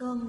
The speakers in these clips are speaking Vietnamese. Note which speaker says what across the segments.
Speaker 1: hôm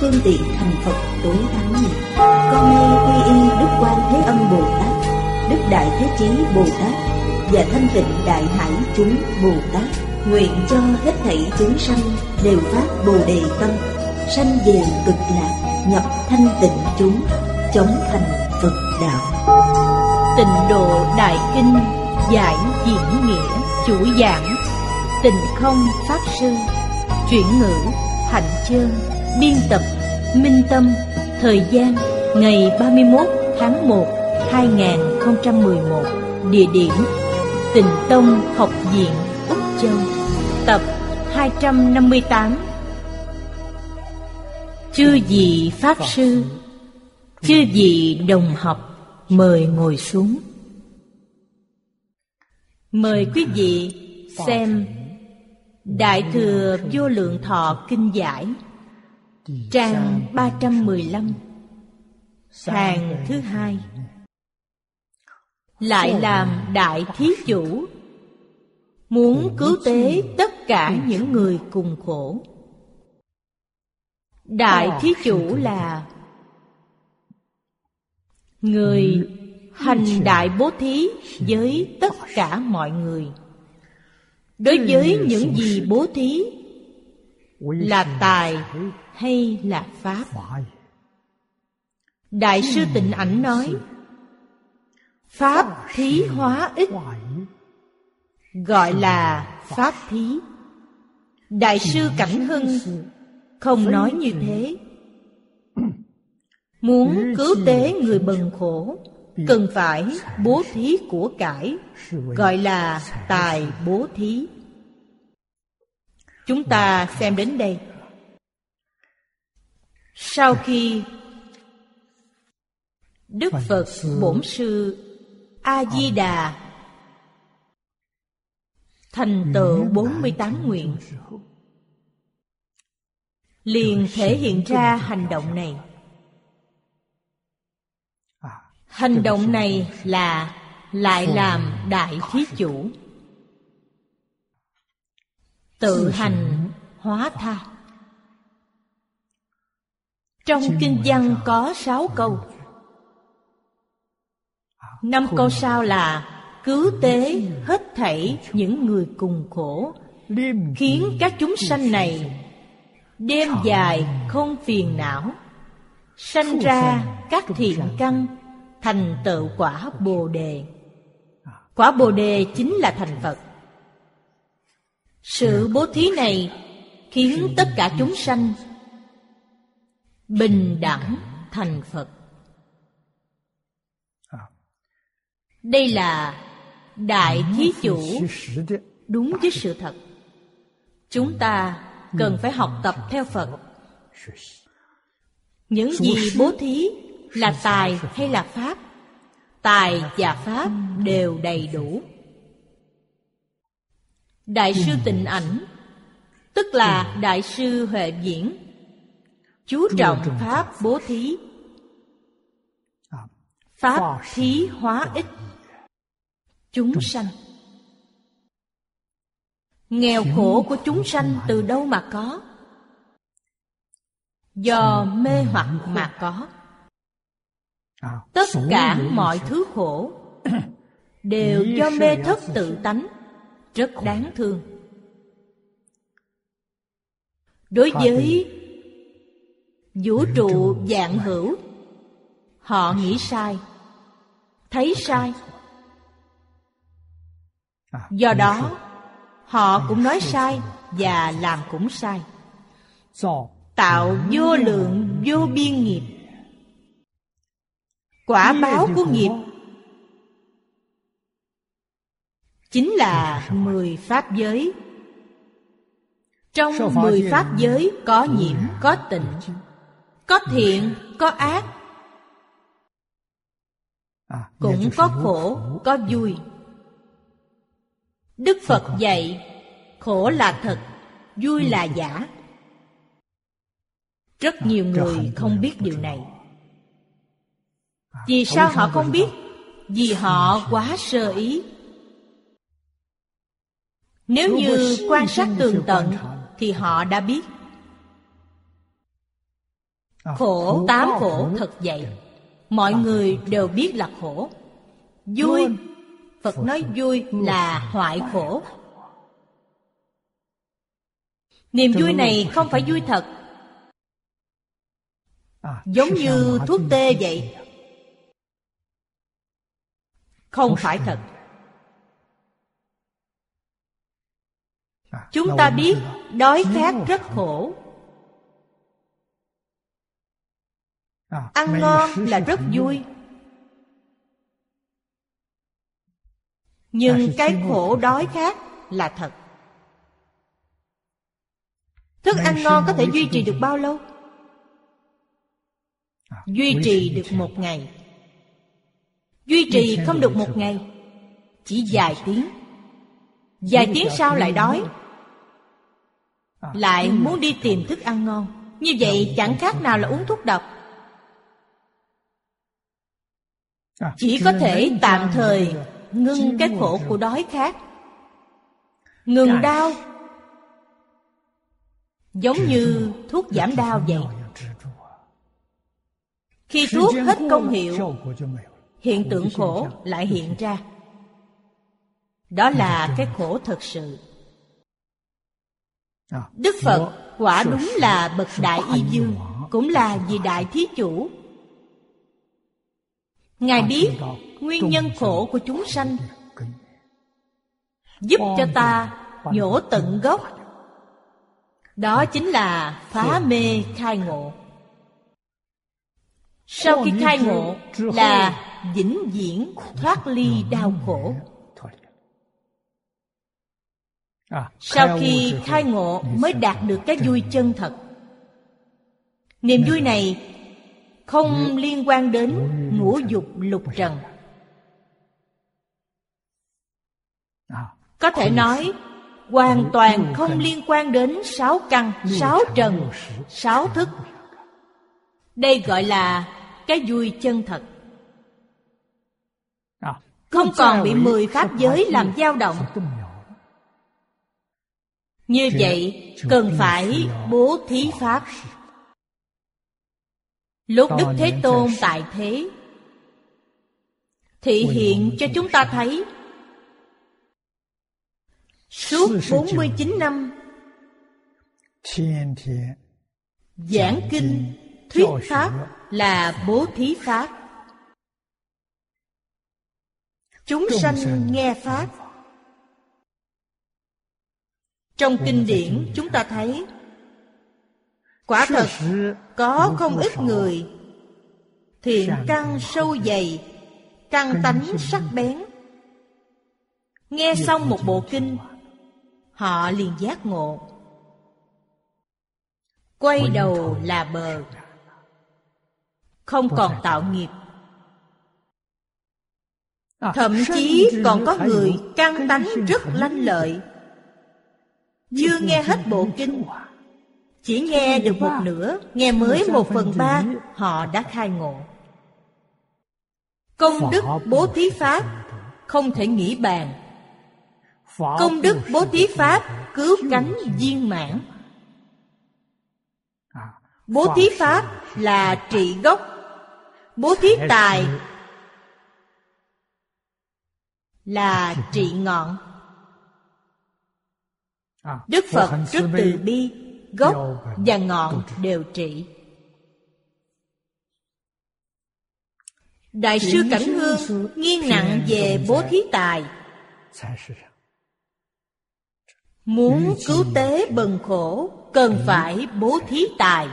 Speaker 1: phương tiện thành phật tối thắng này con nay quy y đức quan thế âm bồ tát đức đại thế chí bồ tát và thanh tịnh đại hải chúng bồ tát nguyện cho hết thảy chúng sanh đều phát bồ đề tâm sanh về cực lạc nhập thanh tịnh chúng chống thành phật đạo
Speaker 2: tịnh độ đại kinh giải diễn nghĩa chủ giảng tình không pháp sư chuyển ngữ hạnh chương biên tập minh tâm thời gian ngày 31 tháng 1 2011 địa điểm Tịnh Tông học viện Úc Châu tập 258 chư vị pháp sư chư vị đồng học mời ngồi xuống mời quý vị xem Đại thừa vô lượng thọ kinh giải Trang 315 Hàng thứ hai Lại làm đại thí chủ Muốn cứu tế tất cả những người cùng khổ Đại thí chủ là Người hành đại bố thí với tất cả mọi người Đối với những gì bố thí Là tài hay là pháp Đại sư Tịnh Ảnh nói Pháp thí hóa ích Gọi là Pháp thí Đại sư Cảnh Hưng Không nói như thế Muốn cứu tế người bần khổ Cần phải bố thí của cải Gọi là tài bố thí Chúng ta xem đến đây Sau khi Đức Phật Bổn Sư A-di-đà Thành tựu 48 nguyện Liền thể hiện ra hành động này
Speaker 3: À,
Speaker 2: Hành động này là lại làm đại thí chủ Tự hành hóa tha Trong kinh văn có sáu câu
Speaker 3: À,
Speaker 2: Năm câu sau là Cứu tế hết thảy những người cùng khổ Khiến các chúng sanh này Đêm dài không phiền não Sanh ra các thiện căn thành tựu quả bồ đề quả bồ đề chính là thành phật sự bố thí này khiến tất cả chúng sanh bình đẳng thành phật
Speaker 3: à,
Speaker 2: đây là đại thí chủ đúng với sự thật chúng ta cần phải học tập theo phật những gì bố thí là tài hay là pháp tài và pháp đều đầy đủ đại sư tịnh ảnh tức là đại sư huệ diễn chú trọng pháp bố thí
Speaker 3: À,
Speaker 2: pháp thí hóa ích chúng sanh nghèo khổ của chúng sanh từ đâu mà có do mê hoặc mà có
Speaker 3: à,
Speaker 2: tất cả mọi thứ khổ đều do mê thất tự tánh rất đáng thương đối với vũ trụ dạng hữu họ nghĩ sai thấy sai
Speaker 3: À,
Speaker 2: do đó họ cũng nói sai và làm cũng sai tạo vô lượng vô biên nghiệp quả báo của nghiệp chính là mười pháp giới trong mười pháp giới có nhiễm có tịnh có thiện có ác
Speaker 3: À,
Speaker 2: cũng có khổ có vui đức phật dạy khổ là thật vui là giả À, rất nhiều người không biết điều này
Speaker 3: À,
Speaker 2: vì sao họ không biết vì họ quá sơ ý nếu như quan sát tường tận thì họ đã biết
Speaker 3: À,
Speaker 2: khổ tám khổ thật vậy mọi người đều biết là khổ vui phật nói vui là hoại khổ niềm vui này không phải vui thật
Speaker 3: À,
Speaker 2: giống như thuốc tê vậy không phải thật
Speaker 3: À,
Speaker 2: chúng ta biết đói khát rất khổ
Speaker 3: À,
Speaker 2: ăn ngon là rất vui nhưng cái khổ đói khát là thật thức ăn ngon có thể duy trì được bao lâu
Speaker 3: À,
Speaker 2: duy trì được một ngày duy trì không được một ngày chỉ vài tiếng vài tiếng sau lại đói
Speaker 3: À,
Speaker 2: lại muốn đi tìm thức ăn ngon như vậy chẳng khác nào là uống thuốc độc chỉ có thể tạm thời ngưng cái khổ của đói khát ngừng đau giống như thuốc giảm đau vậy khi thuốc hết công hiệu hiện tượng khổ lại hiện ra đó là cái khổ thật sự đức phật quả đúng là bậc đại y dương cũng là vì đại thí chủ ngài biết nguyên nhân khổ của chúng sanh giúp cho ta nhổ tận gốc đó chính là phá mê khai ngộ sau khi khai ngộ là vĩnh viễn thoát ly đau khổ
Speaker 3: À,
Speaker 2: sau khi khai ngộ mới đạt được cái vui chân thật niềm vui này không liên quan đến ngũ dục lục trần
Speaker 3: À,
Speaker 2: có thể nói hoàn toàn không liên quan đến sáu căn sáu trần sáu thức đây gọi là cái vui chân thật À, không còn bị mười pháp giới làm dao động như vậy cần phải bố thí pháp lúc đức thế tôn tại thế thị hiện cho chúng ta thấy suốt 49 năm giảng kinh thuyết pháp là bố thí pháp chúng sanh nghe pháp trong kinh điển chúng ta thấy quả thật có không ít người thiện căn sâu dày căn tánh sắc bén nghe xong một bộ kinh họ liền giác ngộ quay đầu là bờ không còn tạo nghiệp thậm chí còn có người căn tánh rất lanh lợi chưa nghe hết bộ kinh chỉ nghe được một nửa nghe mới một phần ba họ đã khai ngộ công đức bố thí pháp không thể nghĩ bàn công đức bố thí pháp cứu cánh viên mãn bố thí pháp là trị gốc bố thí tài là trị ngọn đức phật rất từ bi gốc và ngọn đều trị đại sư cảnh hương nghiêng nặng về bố thí tài muốn cứu tế bần khổ cần phải bố thí tài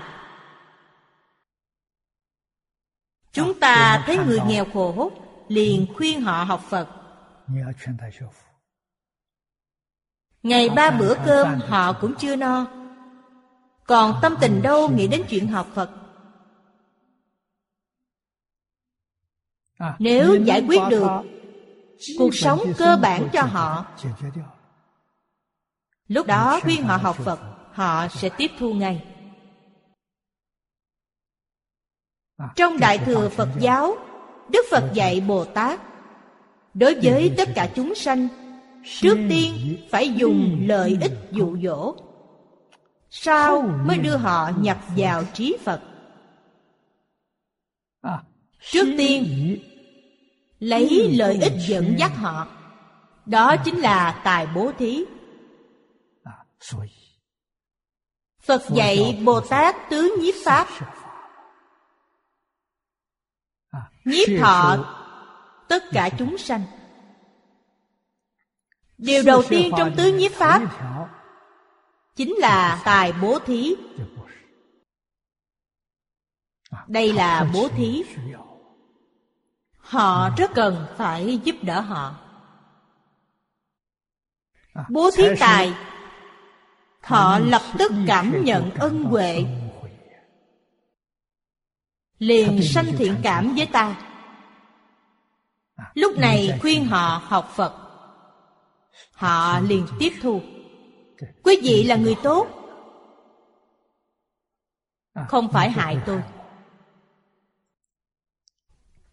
Speaker 2: chúng ta thấy người nghèo khổ liền khuyên họ học phật ngày ba bữa cơm họ cũng chưa no còn tâm tình đâu nghĩ đến chuyện học phật nếu giải quyết được cuộc sống cơ bản cho họ lúc đó khuyên họ học phật họ sẽ tiếp thu ngay trong đại thừa phật giáo đức phật dạy bồ tát đối với tất cả chúng sanh trước tiên phải dùng lợi ích dụ dỗ sau mới đưa họ nhập vào trí phật trước tiên lấy lợi ích dẫn dắt họ đó chính là tài bố thí phật dạy bồ tát tứ nhiếp pháp nhiếp thọ tất cả chúng sanh điều đầu tiên trong tứ nhiếp pháp chính là tài bố thí đây là bố thí họ rất cần phải giúp đỡ họ
Speaker 3: À,
Speaker 2: bố thí tài họ lập tức cảm nhận ân huệ liền sanh thiện cảm với ta lúc này khuyên họ học phật họ liền tiếp thu quý vị là người tốt
Speaker 3: À,
Speaker 2: không phải hại tôi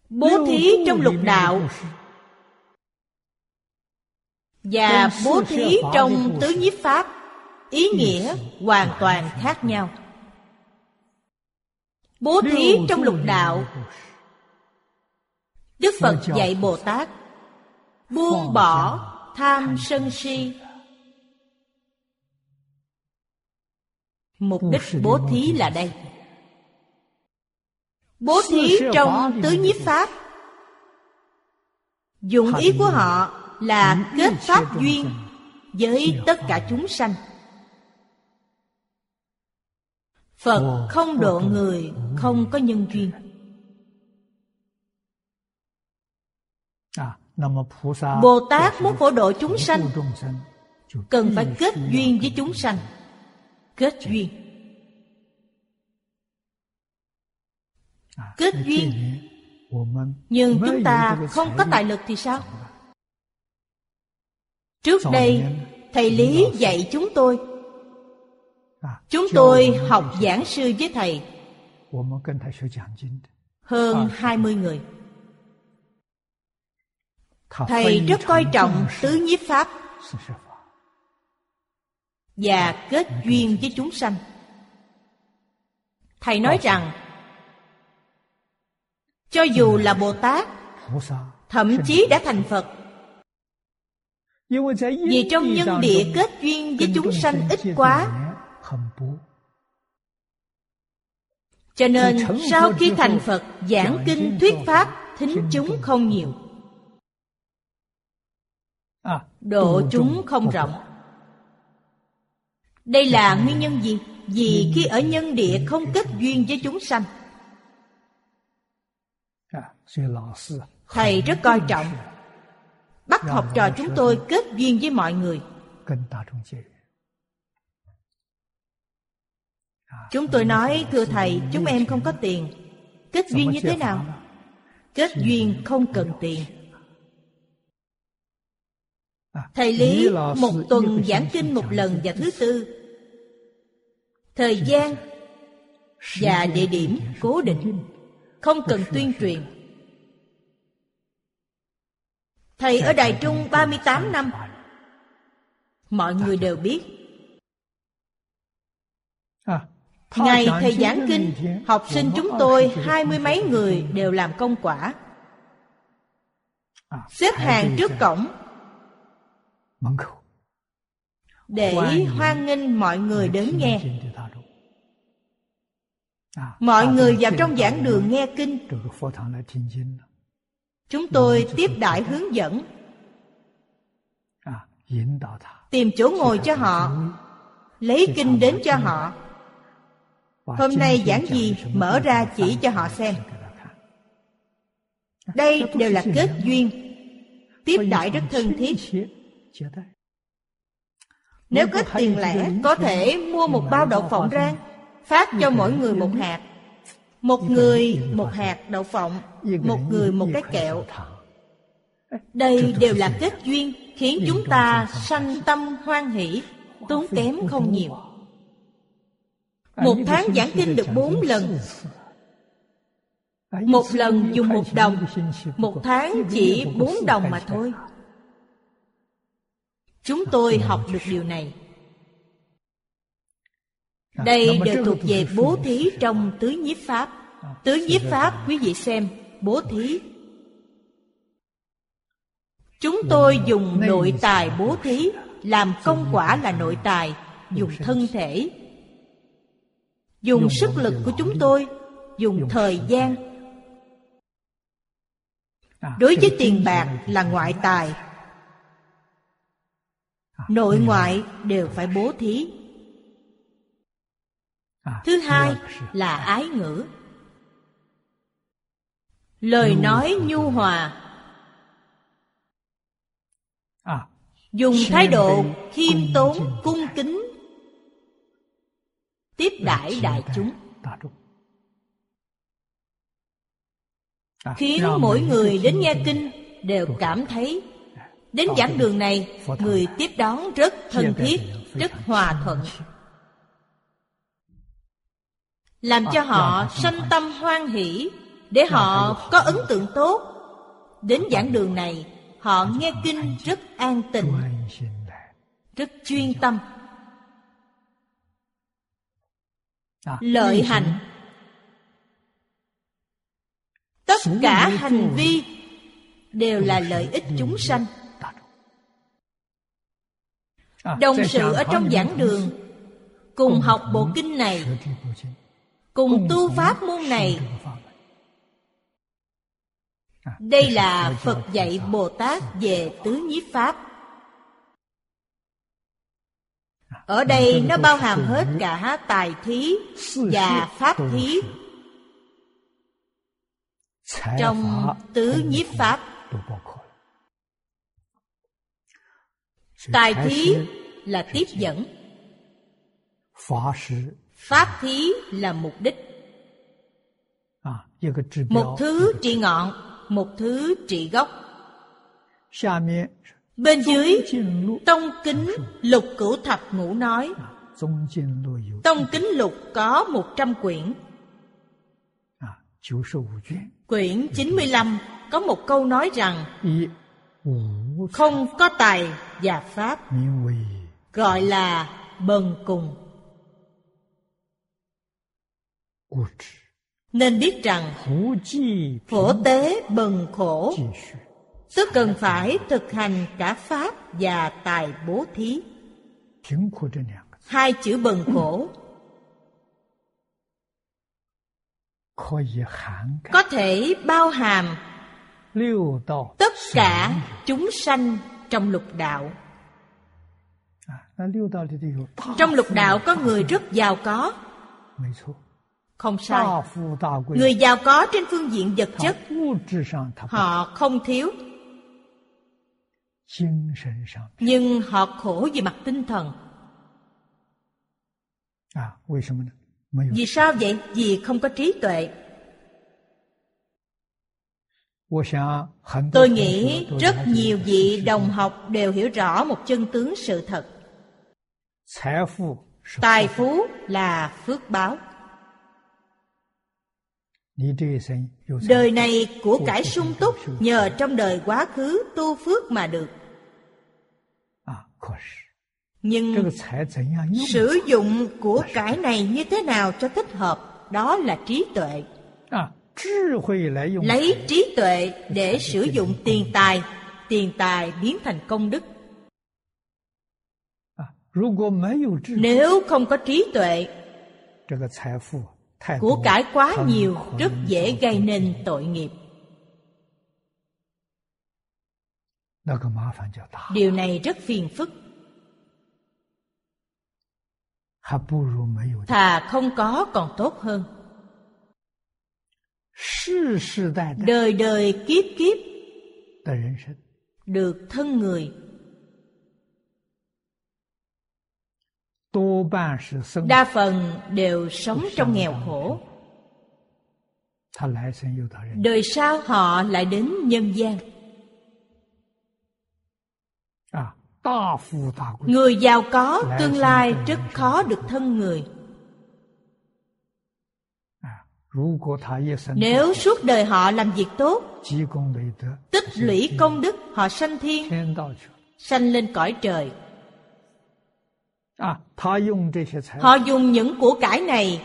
Speaker 2: bố thí trong lục đạo và bố thí trong tứ nhiếp pháp ý nghĩa hoàn toàn khác nhau bố thí trong lục đạo đức phật dạy bồ tát buông bỏ tham sân si mục đích bố thí là đây bố thí trong tứ nhiếp pháp dụng ý của họ là kết pháp duyên với tất cả chúng sanh phật không độ người không có nhân duyên
Speaker 3: À,
Speaker 2: bồ tát muốn phổ độ chúng sanh cần phải kết duyên với chúng sanh kết duyên
Speaker 3: À,
Speaker 2: kết duyên nhưng chúng ta không có tài lực thì sao trước đây thầy lý dạy chúng tôi
Speaker 3: À,
Speaker 2: chúng tôi học giảng sư với thầy hơn 20 người thầy rất coi trọng tứ nhiếp pháp và kết duyên với chúng sanh thầy nói rằng cho dù là bồ tát thậm chí đã thành phật
Speaker 3: Dạ.
Speaker 2: vì trong nhân địa kết duyên với chúng sanh ít quá cho nên sau khi thành phật giảng kinh thuyết pháp thính chúng không nhiều độ chúng không rộng đây là nguyên nhân gì vì khi ở nhân địa không kết duyên với chúng sanh thầy rất coi trọng bắt học trò chúng tôi kết duyên với mọi người chúng
Speaker 3: Dạ,
Speaker 2: tôi nói thưa thầy chúng em không có tiền kết
Speaker 3: dạ,
Speaker 2: duyên như thế nào kết duyên không cần tiền
Speaker 3: À,
Speaker 2: thầy
Speaker 3: Dạ,
Speaker 2: lý một tuần giảng kinh một lần và thứ tư thời
Speaker 3: Dạ.
Speaker 2: gian và địa điểm cố định không cần tuyên truyền
Speaker 3: Dạ,
Speaker 2: thầy ở đài trung 38 năm mọi người đều biết
Speaker 3: À,
Speaker 2: ngày thầy giảng kinh học
Speaker 3: Dạ,
Speaker 2: sinh chúng tôi hai mươi mấy người đều làm công quả
Speaker 3: À,
Speaker 2: xếp hàng trước cổng để hoan nghênh mọi người đến nghe
Speaker 3: À,
Speaker 2: mọi người vào trong giảng đường nghe kinh chúng tôi tiếp đãi hướng dẫn
Speaker 3: À,
Speaker 2: tìm chỗ ngồi cho họ lấy kinh đến cho họ hôm nay giảng gì mở ra chỉ cho họ xem đây đều là kết duyên tiếp đãi rất thân thiết nếu ít tiền lẻ có thể mua một bao đậu phộng rang phát cho mỗi người một hạt Một người một hạt đậu phộng Một người một cái kẹo Đây đều là kết duyên Khiến chúng ta sanh tâm hoan hỷ Tốn kém không nhiều Một tháng giảng kinh được bốn lần Một lần dùng một đồng Một tháng chỉ bốn đồng mà thôi Chúng tôi học được điều này
Speaker 3: À,
Speaker 2: đây đều thuộc về bố thí trong tứ nhiếp pháp Tứ nhiếp pháp quý vị xem Bố thí Chúng tôi dùng nội tài bố thí Làm công quả là nội tài Dùng thân thể Dùng sức lực của chúng tôi Dùng thời gian Đối với tiền bạc là ngoại tài Nội ngoại đều phải bố thí Thứ hai là ái ngữ Lời nói nhu hòa à, Dùng thái độ khiêm tốn cung kính Tiếp đãi đại chúng Khiến mỗi người đến nghe kinh đều cảm thấy Đến giảng đường này Người tiếp đón rất thân thiết Rất hòa thuận làm cho họ sanh tâm hoan hỷ để họ có ấn tượng tốt đến giảng đường này họ nghe kinh rất an tịnh rất chuyên tâm lợi hành tất cả hành vi đều là lợi ích chúng sanh đồng sự ở trong giảng đường cùng học bộ kinh này cùng tu pháp môn này đây là phật À, dạy bồ tát về tứ nhiếp pháp ở đây nó bao hàm hết cả tài thí và pháp thí trong tứ nhiếp pháp tài thí là tiếp dẫn Pháp thí là mục đích Một thứ trị ngọn Một thứ trị gốc Bên dưới Tông Kính Lục Cửu Thập Ngũ nói Tông Kính Lục có 100 quyển Quyển 95 có một câu nói rằng Không có tài và pháp Gọi là bần cùng nên biết rằng khổ tế bần khổ Tức cần phải thực hành cả pháp và tài bố thí Hai chữ bần khổ Có thể bao hàm Tất cả chúng sanh trong lục đạo
Speaker 3: 啊
Speaker 2: Trong lục đạo có người rất giàu có không sai người giàu có trên phương diện vật chất họ không thiếu nhưng họ khổ về mặt tinh thần
Speaker 3: 啊
Speaker 2: vì sao vậy vì không có trí tuệ tôi nghĩ rất nhiều vị đồng học đều hiểu rõ một chân tướng sự thật tài phú là phước báo Đời này của cải sung túc Nhờ trong đời quá khứ tu phước mà được
Speaker 3: 啊
Speaker 2: Nhưng sử dụng của cải này như thế nào cho thích hợp Đó là trí tuệ
Speaker 3: 啊
Speaker 2: Lấy trí tuệ để sử dụng tiền tài Tiền tài biến thành công đức
Speaker 3: 啊
Speaker 2: Nếu không có trí tuệ của cải quá nhiều rất dễ gây nên tội nghiệp điều này rất phiền phức thà không có còn tốt hơn đời đời kiếp kiếp được thân người đa phần đều sống trong nghèo khổ
Speaker 3: 他来生又到人间
Speaker 2: đời sau họ lại đến nhân gian.
Speaker 3: 啊，大富大贵。
Speaker 2: Người giàu có tương lai rất khó được thân người.
Speaker 3: 啊，如果他一生
Speaker 2: Nếu suốt đời họ làm việc tốt,
Speaker 3: 积功累德，
Speaker 2: tích lũy công đức họ sanh thiên,
Speaker 3: 天道去了
Speaker 2: sanh lên cõi trời.
Speaker 3: 啊，他用这些财
Speaker 2: Họ
Speaker 3: 富
Speaker 2: dùng những của cải này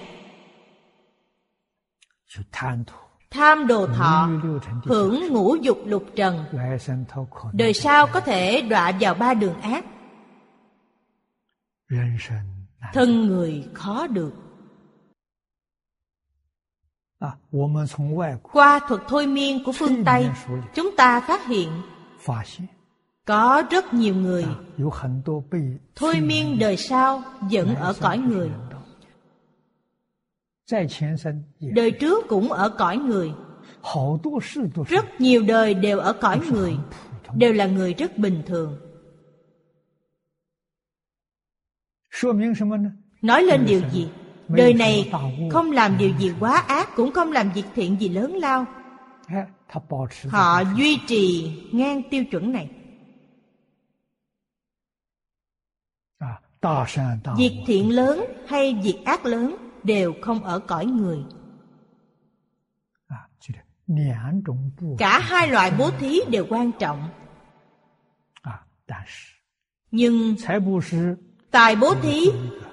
Speaker 3: 去贪图，
Speaker 2: tham đồ thọ,
Speaker 3: Như lưu thành tiêu
Speaker 2: hưởng ngũ dục lục trần.
Speaker 3: 来生他可能
Speaker 2: Đời sau có thể đọa vào ba đường ác,
Speaker 3: 人生难
Speaker 2: thân người khó được.
Speaker 3: 啊。我们从外国
Speaker 2: Qua thuật thôi miên của phương Tây, chúng ta phát hiện
Speaker 3: 发现
Speaker 2: có rất nhiều người
Speaker 3: 啊，有很多被
Speaker 2: thôi miên đời sau vẫn
Speaker 3: 来生
Speaker 2: ở cõi
Speaker 3: 不是
Speaker 2: người.
Speaker 3: 人道在前生也
Speaker 2: Đời trước cũng ở cõi người,
Speaker 3: 好多事都是
Speaker 2: rất nhiều đời đều ở cõi
Speaker 3: 都是
Speaker 2: người,
Speaker 3: 很普通的，
Speaker 2: đều là người rất bình thường.
Speaker 3: 说明什么呢？
Speaker 2: Nói lên điều gì? Đời này không làm điều gì quá ác cũng không làm việc thiện gì lớn lao.
Speaker 3: 哎，他保持着
Speaker 2: Họ duy trì ngang tiêu chuẩn này.
Speaker 3: 啊，大善大
Speaker 2: Việc
Speaker 3: 恶，
Speaker 2: thiện lớn hay việc ác lớn đều không ở cõi người.
Speaker 3: 啊，这个两种不
Speaker 2: Cả hai loại bố thí đều quan trọng,
Speaker 3: 啊，但是
Speaker 2: nhưng
Speaker 3: 财布施、
Speaker 2: tài bố thí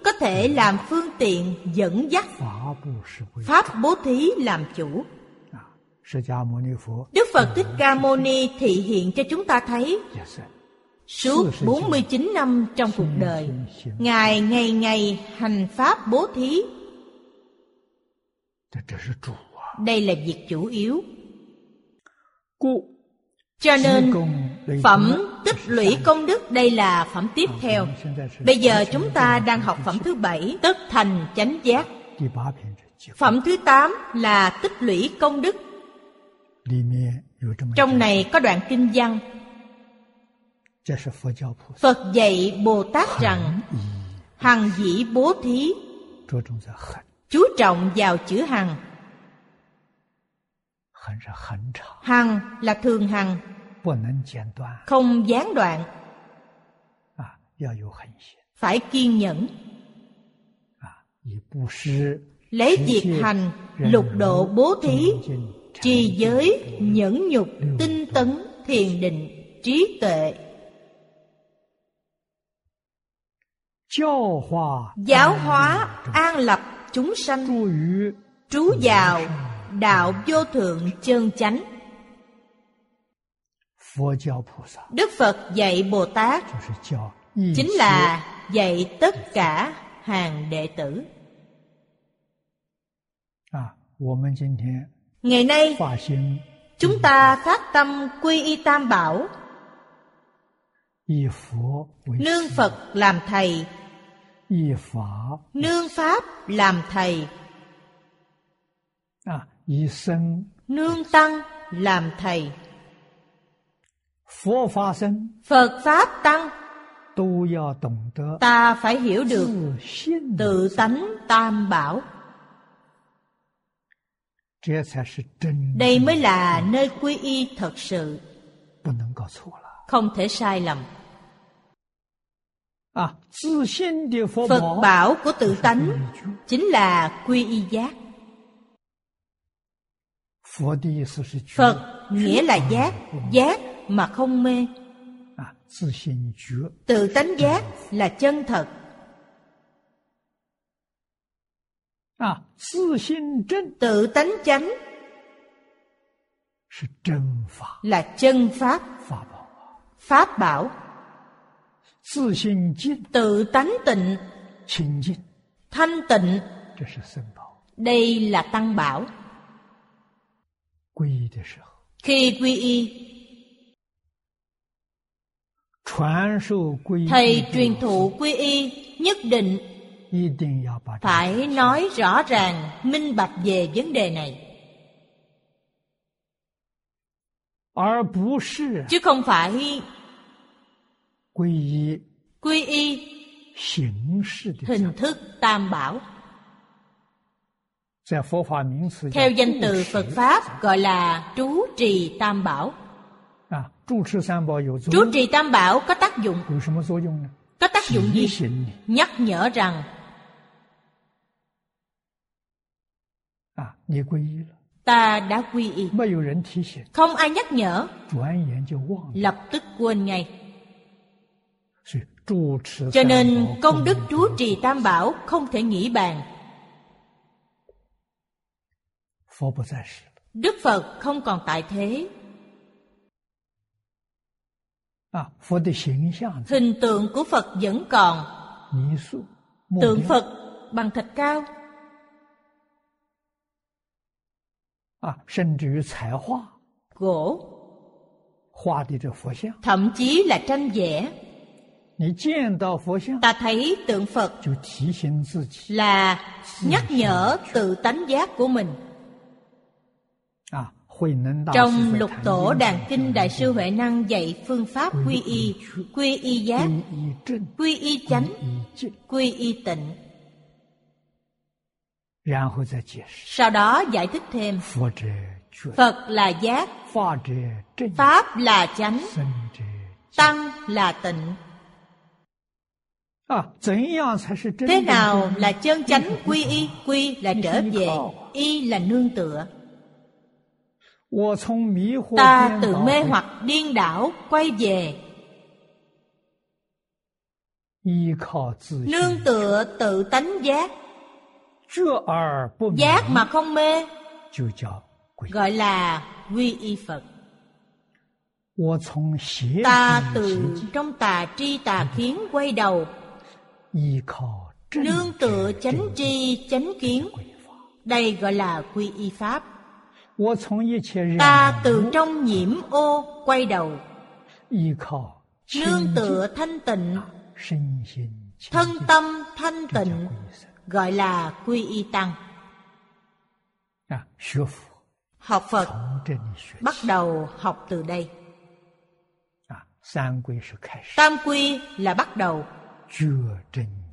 Speaker 2: có thể làm phương tiện dẫn dắt
Speaker 3: 法布施为
Speaker 2: pháp bố thí làm chủ.
Speaker 3: 啊，释迦牟尼佛
Speaker 2: Đức Phật Thích Ca Mâu Ni thị hiện cho chúng ta thấy
Speaker 3: 也是
Speaker 2: suốt 49 năm trong cuộc đời, Ngài ngày ngày hành pháp bố thí,
Speaker 3: 这这是主啊，
Speaker 2: đây là việc chủ yếu.
Speaker 3: 故
Speaker 2: Cho
Speaker 3: 积
Speaker 2: nên
Speaker 3: 功累德
Speaker 2: phẩm tích lũy công đức đây là phẩm tiếp
Speaker 3: 啊我
Speaker 2: theo.
Speaker 3: 们现在是
Speaker 2: Bây giờ chúng ta
Speaker 3: 第
Speaker 2: đang học phẩm thứ bảy Tất thành chánh giác
Speaker 3: 第八品质积功，
Speaker 2: Phẩm thứ 8 là tích lũy công đức
Speaker 3: 里面有这么一段
Speaker 2: Trong này có đoạn kinh văn
Speaker 3: 这是佛教菩萨
Speaker 2: Phật dạy Bồ Tát rằng Hằng dĩ bố thí
Speaker 3: 着重在恒，
Speaker 2: Chú trọng vào chữ hằng
Speaker 3: 恒是恒长，
Speaker 2: Hằng là thường hằng
Speaker 3: 不能间断
Speaker 2: Không gián đoạn À,
Speaker 3: 啊，要有恒心
Speaker 2: Phải kiên nhẫn À,
Speaker 3: 啊，以布施
Speaker 2: Lấy
Speaker 3: 持
Speaker 2: việc
Speaker 3: 戒
Speaker 2: hành
Speaker 3: 忍
Speaker 2: Lục
Speaker 3: 辱
Speaker 2: độ bố thí
Speaker 3: 精进禅
Speaker 2: Trì
Speaker 3: 定
Speaker 2: giới Nhẫn nhục
Speaker 3: Điều
Speaker 2: Tinh tấn Thiền định Trí tuệ
Speaker 3: 教化
Speaker 2: Giáo hóa An lập Chúng sanh
Speaker 3: 助于
Speaker 2: trú vào đạo vô thượng chân chánh
Speaker 3: 佛教菩萨，
Speaker 2: đức phật dạy bồ tát
Speaker 3: 就是教一
Speaker 2: chính là dạy tất cả hàng đệ tử
Speaker 3: 切啊。我们今天
Speaker 2: ngày nay
Speaker 3: 发心
Speaker 2: chúng ta phát tâm quy y tam bảo
Speaker 3: 以佛为师
Speaker 2: nương phật làm thầy
Speaker 3: 以法
Speaker 2: nương pháp làm thầy
Speaker 3: 啊，以身
Speaker 2: nương tăng làm thầy
Speaker 3: 佛法身
Speaker 2: phật pháp tăng
Speaker 3: 都要懂得
Speaker 2: ta phải hiểu được
Speaker 3: 自信的
Speaker 2: tự tánh tam bảo
Speaker 3: 这才是真的，
Speaker 2: đây mới là nơi quy y thật sự
Speaker 3: 不能搞错了
Speaker 2: không thể sai lầm
Speaker 3: 啊！自信的佛
Speaker 2: phật
Speaker 3: 宝
Speaker 2: bảo của tự tánh
Speaker 3: 一句，
Speaker 2: chính là quy y giác
Speaker 3: 佛的意思是觉
Speaker 2: phật nghĩa là giác giác mà không mê
Speaker 3: 啊，自信觉
Speaker 2: tự tánh giác là chân thật
Speaker 3: 啊，自信正
Speaker 2: tự tánh chánh
Speaker 3: 是真法
Speaker 2: là chân pháp
Speaker 3: 法宝啊，
Speaker 2: pháp bảo
Speaker 3: 自信净
Speaker 2: tự tánh tịnh
Speaker 3: 清净，
Speaker 2: thanh tịnh
Speaker 3: 这是圣宝。
Speaker 2: đây là tăng bảo
Speaker 3: 皈依的时候，
Speaker 2: khi quy y
Speaker 3: 传授皈依
Speaker 2: thầy
Speaker 3: 的
Speaker 2: truyền thụ quy y nhất định
Speaker 3: 一定要把这个
Speaker 2: phải nói rõ ràng minh bạch về vấn đề này
Speaker 3: 而不是
Speaker 2: chứ không phải
Speaker 3: 皈依
Speaker 2: quy y
Speaker 3: 形式的
Speaker 2: hình thức tam bảo Theo danh từ Phật Pháp gọi là trú trì tam bảo
Speaker 3: 啊
Speaker 2: Trú trì tam bảo có tác dụng Có tác dụng gì? Nhắc nhở rằng
Speaker 3: 啊
Speaker 2: Ta đã quy y Không ai nhắc nhở Lập tức quên ngay Cho nên công đức trú trì tam bảo không thể nghĩ bàn Đức Phật không còn tại thế
Speaker 3: 啊
Speaker 2: Hình tượng của Phật vẫn còn Tượng Phật bằng thịt cao
Speaker 3: 啊
Speaker 2: Gỗ Thậm chí là tranh vẽ Ta thấy tượng Phật Là nhắc nhở tự tánh giác của mình
Speaker 3: 啊
Speaker 2: trong lục tổ đàn kinh đại sư huệ năng dạy phương pháp quy y quy y giác quy y chánh quy y tịnh sau đó giải thích thêm phật là giác pháp là chánh tăng là tịnh
Speaker 3: 啊
Speaker 2: thế nào là chân chánh quy y quy là trở về y là nương tựa ta từ mê hoặc điên đảo quay về nương tựa tự tánh giác giác mà không mê gọi là quy y phật ta từ trong tà tri tà kiến quay đầu nương tựa chánh tri chánh kiến đây gọi là quy y pháp ta từ trong nhiễm ô quay đầu nương tựa thanh tịnh thân tâm thanh tịnh gọi là quy y tăng
Speaker 3: 啊
Speaker 2: học phật bắt đầu học từ đây
Speaker 3: 啊
Speaker 2: tam quy là bắt đầu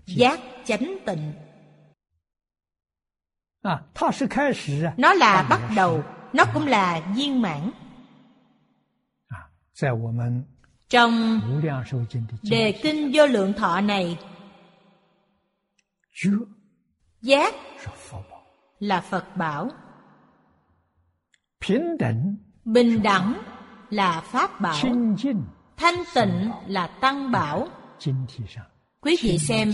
Speaker 2: giác chánh tịnh
Speaker 3: 啊
Speaker 2: nó là bắt đầu nó cũng là viên mãn
Speaker 3: 啊
Speaker 2: trong đề kinh vô lượng thọ này giác là phật bảo bình đẳng là pháp bảo thanh tịnh là tăng bảo quý vị xem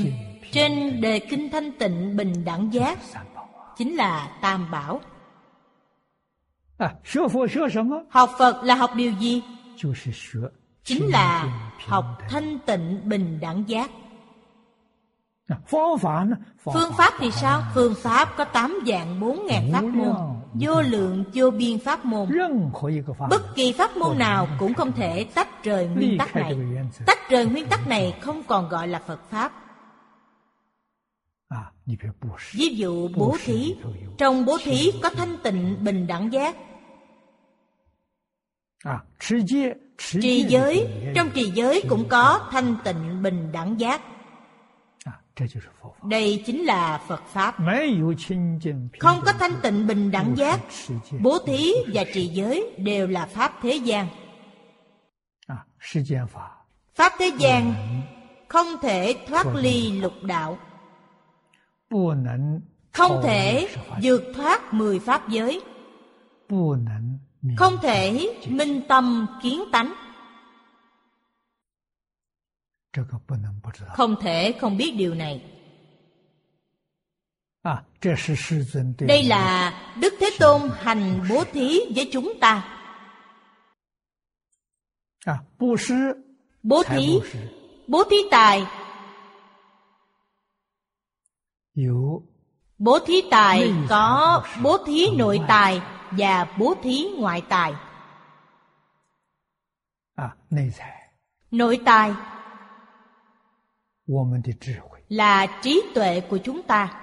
Speaker 2: trên đề kinh thanh tịnh bình đẳng giác
Speaker 3: 啊
Speaker 2: chính là tam bảo
Speaker 3: 啊
Speaker 2: Học Phật là học điều gì? Chính là học thanh tịnh bình đẳng giác
Speaker 3: 啊
Speaker 2: Phương pháp thì sao? Phương pháp có 8 dạng 4.000 pháp môn Vô lượng vô biên pháp môn Bất kỳ pháp môn nào cũng không thể tách rời nguyên tắc này Tách rời nguyên tắc này không còn gọi là Phật Pháp
Speaker 3: 啊
Speaker 2: Ví dụ bố thí Trong bố thí có thanh tịnh bình đẳng giác
Speaker 3: 啊
Speaker 2: Trì giới Trong trì giới cũng có thanh tịnh bình đẳng giác
Speaker 3: 啊
Speaker 2: Đây chính là Phật Pháp Không có thanh tịnh bình đẳng giác Bố thí và trì giới đều là Pháp thế gian
Speaker 3: 啊
Speaker 2: Pháp thế gian không thể thoát ly lục đạo không thể vượt thoát mười pháp giới không thể minh tâm kiến tánh không thể không biết điều này
Speaker 3: 啊
Speaker 2: đây là đức thế tôn hành bố thí với chúng ta
Speaker 3: 啊
Speaker 2: bố thí bố thí tài Bố thí tài có bố thí nội tài và bố thí ngoại tài.
Speaker 3: 啊
Speaker 2: Nội tài là trí tuệ của chúng ta.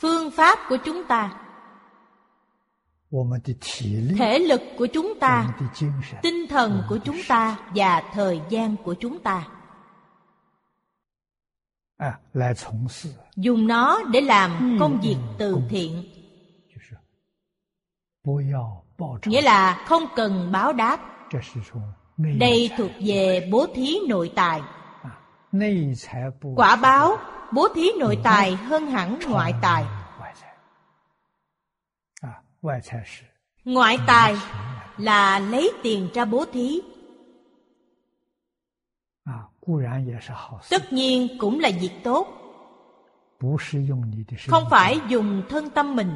Speaker 2: Phương pháp của chúng ta thể lực của chúng ta tinh thần của chúng ta và thời gian của chúng ta
Speaker 3: 啊，来从事，
Speaker 2: dùng nó để làm công việc từ thiện
Speaker 3: 就是不要报偿
Speaker 2: nghĩa，là không cần báo đáp
Speaker 3: 这是从内
Speaker 2: đây thuộc về bố thí nội tài
Speaker 3: 啊内财不嗯
Speaker 2: quả báo bố thí nội tài hơn hẳn ngoại tài
Speaker 3: 外财啊，外财是
Speaker 2: ngoại tài là lấy tiền ra bố thí
Speaker 3: 啊，固然也是好事，
Speaker 2: tất nhiên cũng là việc tốt
Speaker 3: 不是用你的身
Speaker 2: không
Speaker 3: 体
Speaker 2: phải dùng thân tâm mình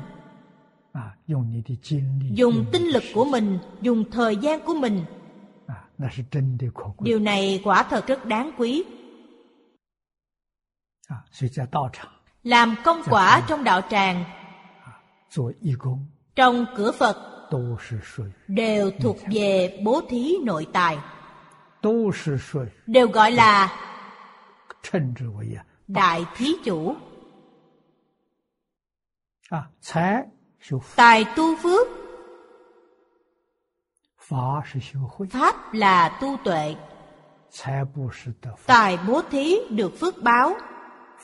Speaker 3: 啊，用你的精力，
Speaker 2: dùng
Speaker 3: 你
Speaker 2: tinh
Speaker 3: 的
Speaker 2: lực
Speaker 3: 时
Speaker 2: của mình dùng thời gian của mình
Speaker 3: 啊，那是真的可贵
Speaker 2: điều này quả thật rất đáng quý
Speaker 3: 啊。所以在道场
Speaker 2: làm công quả trong đạo tràng
Speaker 3: 做义工，
Speaker 2: trong cửa phật
Speaker 3: 都是属于，
Speaker 2: đều thuộc về bố thí nội tài
Speaker 3: 都是属于，
Speaker 2: đều gọi là
Speaker 3: 称之为呀
Speaker 2: đại thí chủ
Speaker 3: 啊，财修福，
Speaker 2: tài tu phước
Speaker 3: 法是修慧，
Speaker 2: pháp là tu tuệ
Speaker 3: 财布施得福，
Speaker 2: tài bố thí được phước báo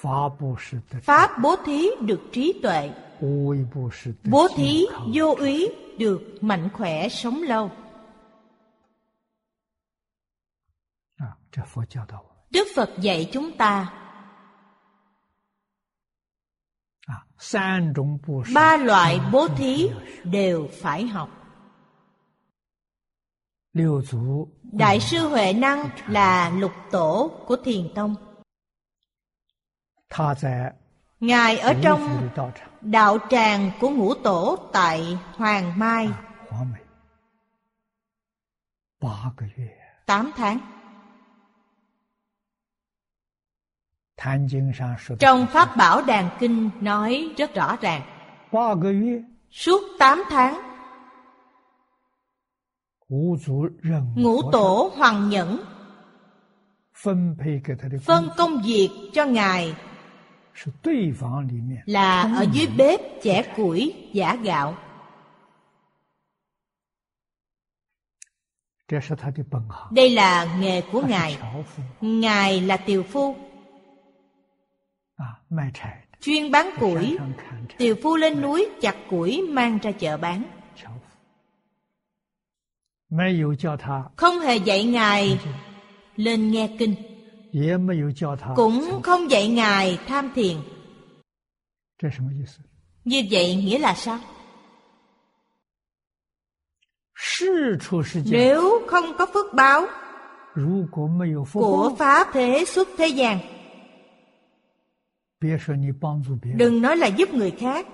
Speaker 3: 法布施得智，
Speaker 2: pháp bố thí được trí tuệ
Speaker 3: 无为布施得
Speaker 2: bố
Speaker 3: 健
Speaker 2: thí
Speaker 3: 康
Speaker 2: vô úy được mạnh khỏe sống lâu
Speaker 3: 啊，这佛教导我们
Speaker 2: đức phật dạy chúng ta
Speaker 3: 啊，三种布施，
Speaker 2: ba loại bố thí đều phải học
Speaker 3: 六祖
Speaker 2: đại sư huệ năng là lục tổ của thiền tông
Speaker 3: 他在
Speaker 2: ngài ở
Speaker 3: 五祖
Speaker 2: trong
Speaker 3: 的道场
Speaker 2: đạo tràng của ngũ tổ tại hoàng mai
Speaker 3: 啊黄梅八个月，
Speaker 2: 8 tháng
Speaker 3: 《坛经》上说的
Speaker 2: trong pháp bảo đàn kinh nói rất rõ ràng
Speaker 3: 八个月，
Speaker 2: suốt 8 tháng
Speaker 3: 五祖任
Speaker 2: ngũ
Speaker 3: 和尚
Speaker 2: tổ hoàng nhẫn
Speaker 3: 分配给他的工
Speaker 2: phân công việc cho ngài
Speaker 3: 是对房里面
Speaker 2: là ở dưới bếp chẻ củi giả gạo
Speaker 3: 这是他的本行。
Speaker 2: đây là nghề của
Speaker 3: 他是
Speaker 2: ngài
Speaker 3: 樵夫
Speaker 2: ngài là tiều phu
Speaker 3: 啊，卖柴的，
Speaker 2: chuyên bán củi
Speaker 3: 山上砍柴，
Speaker 2: tiều phu lên núi chặt củi mang ra chợ bán
Speaker 3: 樵夫没有叫他，
Speaker 2: không hề dạy ngài lên nghe kinh
Speaker 3: 也没有叫他，
Speaker 2: cũng không dạy ngài tham thiền
Speaker 3: 这什么意思？
Speaker 2: như vậy nghĩa là sao
Speaker 3: 事出世间，
Speaker 2: nếu không có phước báo
Speaker 3: 如果没有福
Speaker 2: của
Speaker 3: 报，
Speaker 2: pháp thế xuất thế gian
Speaker 3: 别说你帮助别人，
Speaker 2: đừng nói là giúp người khác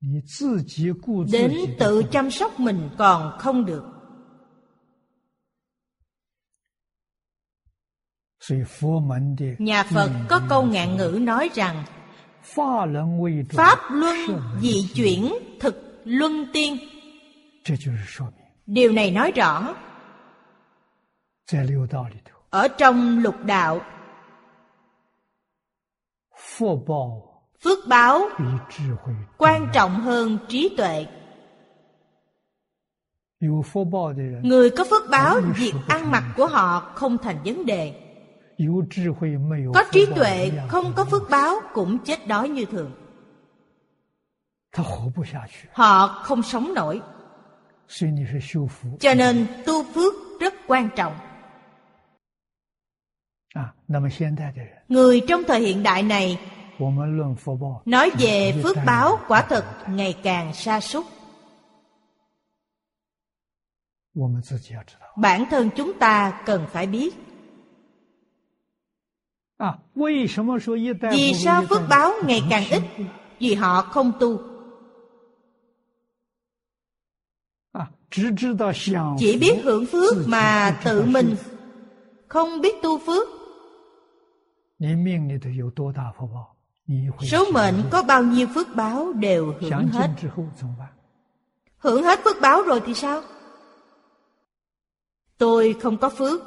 Speaker 3: 你自己顾自
Speaker 2: đến
Speaker 3: 己的
Speaker 2: tự
Speaker 3: 福报，
Speaker 2: chăm sóc mình còn không được
Speaker 3: 所以佛门的
Speaker 2: nhà phật
Speaker 3: Dạ.
Speaker 2: có câu ngạn ngữ nói rằng
Speaker 3: 法人为主，
Speaker 2: pháp luân
Speaker 3: 圣人
Speaker 2: dị
Speaker 3: 即为
Speaker 2: chuyển thực luân tiên
Speaker 3: 这就是说明
Speaker 2: điều này nói rõ
Speaker 3: 在六道里头，
Speaker 2: ở trong lục đạo
Speaker 3: 福报
Speaker 2: phước báo
Speaker 3: 比智慧
Speaker 2: quan trọng hơn trí tuệ
Speaker 3: 有福报的人，
Speaker 2: người có phước báo việc ăn mặc của họ không thành vấn đề
Speaker 3: 有智慧没有
Speaker 2: có trí
Speaker 3: 福报一
Speaker 2: tuệ
Speaker 3: 样
Speaker 2: không có phước báo cũng chết đói như thường
Speaker 3: 他活不下去。
Speaker 2: họ không sống nổi
Speaker 3: 所以你是修福，
Speaker 2: cho nên tu phước rất quan trọng
Speaker 3: 啊。那么现代的人，
Speaker 2: người trong thời hiện đại này
Speaker 3: 我们论福报，啊
Speaker 2: nói về phước báo quả thực ngày càng sa sút
Speaker 3: 我们自己要知道
Speaker 2: bản thân chúng ta cần phải biết
Speaker 3: 啊。为什么说一代不如
Speaker 2: vì
Speaker 3: 一
Speaker 2: sao
Speaker 3: 代
Speaker 2: phước
Speaker 3: 人
Speaker 2: báo ngày càng ít vì họ không tu
Speaker 3: 啊？只知道享
Speaker 2: chỉ
Speaker 3: 福
Speaker 2: biết hưởng
Speaker 3: 自
Speaker 2: phước
Speaker 3: 己
Speaker 2: mà
Speaker 3: 不知道
Speaker 2: tự mình
Speaker 3: 修福
Speaker 2: không biết tu phước
Speaker 3: 你命里头有多大福报，你会享
Speaker 2: số
Speaker 3: 尽
Speaker 2: mệnh có bao nhiêu phước báo đều hưởng
Speaker 3: 享
Speaker 2: hết
Speaker 3: 尽之后怎么办？
Speaker 2: hưởng hết phước báo rồi thì sao tôi không có phước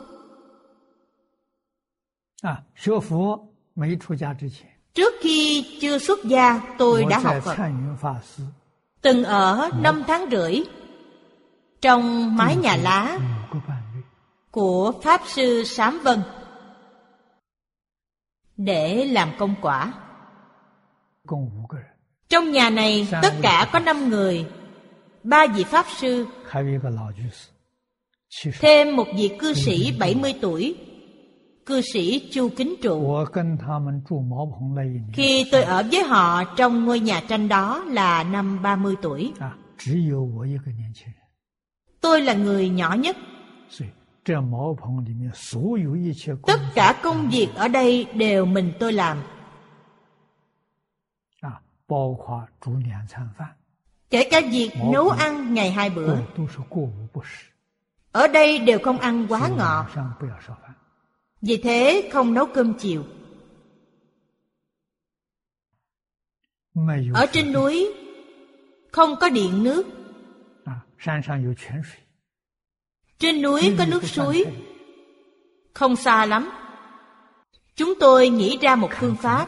Speaker 3: 啊，学佛没出家之前，
Speaker 2: trước khi chưa xuất gia tôi
Speaker 3: 我
Speaker 2: đã
Speaker 3: 在
Speaker 2: học phật
Speaker 3: 灿云法师
Speaker 2: từng ở năm tháng rưỡi trong mái nhà lá
Speaker 3: 五个半月，
Speaker 2: của pháp sư sám vân để làm công quả.
Speaker 3: 共五个人，
Speaker 2: Trong nhà này
Speaker 3: Sao
Speaker 2: tất
Speaker 3: vậy?
Speaker 2: cả có 5 người, ba vị pháp sư,
Speaker 3: 还有一个老居士，七十。
Speaker 2: thêm một vị cư sĩ 70 tuổi, cư sĩ Chu Kính Trụ.
Speaker 3: 我跟他们住茅棚那一年
Speaker 2: Khi tôi ở với họ trong ngôi nhà tranh đó là năm 30 tuổi,
Speaker 3: 啊，只有我一个年轻人，
Speaker 2: tôi là người nhỏ nhất.
Speaker 3: 所以这茅棚里面所有一切工
Speaker 2: Tất cả công việc ở đây đều mình tôi làm,
Speaker 3: 啊，包括煮两餐饭，
Speaker 2: kể cả việc
Speaker 3: Một Ừ.
Speaker 2: nấu
Speaker 3: ngày.
Speaker 2: ăn ngày hai bữa.
Speaker 3: 过都是过午不食，
Speaker 2: Ở đây đều không ăn
Speaker 3: 所
Speaker 2: quá
Speaker 3: 以
Speaker 2: ngọ,
Speaker 3: 晚上不要烧饭。
Speaker 2: vì thế không nấu cơm chiều.
Speaker 3: 没有
Speaker 2: Ở
Speaker 3: 水
Speaker 2: trên núi không có điện nước,
Speaker 3: 啊，山上有泉水，
Speaker 2: trên núi
Speaker 3: 没
Speaker 2: có
Speaker 3: 有
Speaker 2: nước
Speaker 3: 不犯
Speaker 2: suối,
Speaker 3: 罪
Speaker 2: không xa lắm. Chúng tôi nghĩ ra một phương pháp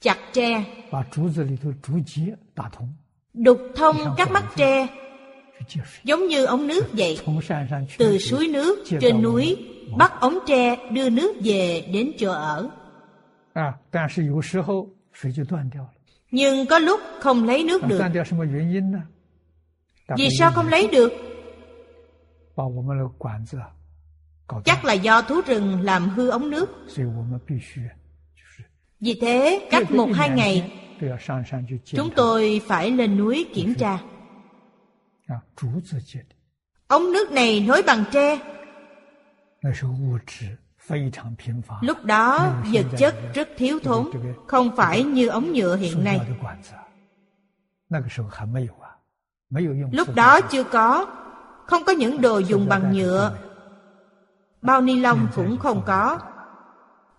Speaker 2: chặt tre,
Speaker 3: 把竹子里头竹节打通，
Speaker 2: đục thông các mắt tre
Speaker 3: 去接水，
Speaker 2: giống như ống nước vậy.
Speaker 3: 从山上去
Speaker 2: Từ suối nước trên núi bắt ống tre đưa nước về đến chỗ ở.
Speaker 3: 啊，但是有时候水就断掉了，
Speaker 2: Nhưng có lúc không lấy nước
Speaker 3: 啊
Speaker 2: được.
Speaker 3: 断掉什么原因呢？大概
Speaker 2: Vì sao
Speaker 3: 有
Speaker 2: không lấy được?
Speaker 3: 把我们的管子啊搞断
Speaker 2: Chắc là do thú rừng làm hư ống nước.
Speaker 3: 所以我们必须就是
Speaker 2: Vì thế, cách một hai
Speaker 3: 一两
Speaker 2: ngày
Speaker 3: 天都要上山去检
Speaker 2: Chúng
Speaker 3: 查
Speaker 2: tôi phải lên núi kiểm tra.
Speaker 3: 啊，竹子界的
Speaker 2: Ống nước này nối bằng tre,
Speaker 3: 那时候物质非常贫乏，
Speaker 2: lúc đó vật chất rất thiếu thốn, không phải như ống nhựa
Speaker 3: 塑
Speaker 2: hiện
Speaker 3: 料
Speaker 2: nay.
Speaker 3: 的管子啊，那个时候还没有啊，没有用塑料的。
Speaker 2: Lúc đó chưa có, không có những đồ
Speaker 3: 塑料
Speaker 2: dùng
Speaker 3: 袋
Speaker 2: bằng
Speaker 3: 子都
Speaker 2: nhựa,
Speaker 3: 没有
Speaker 2: bao ni lông cũng không có.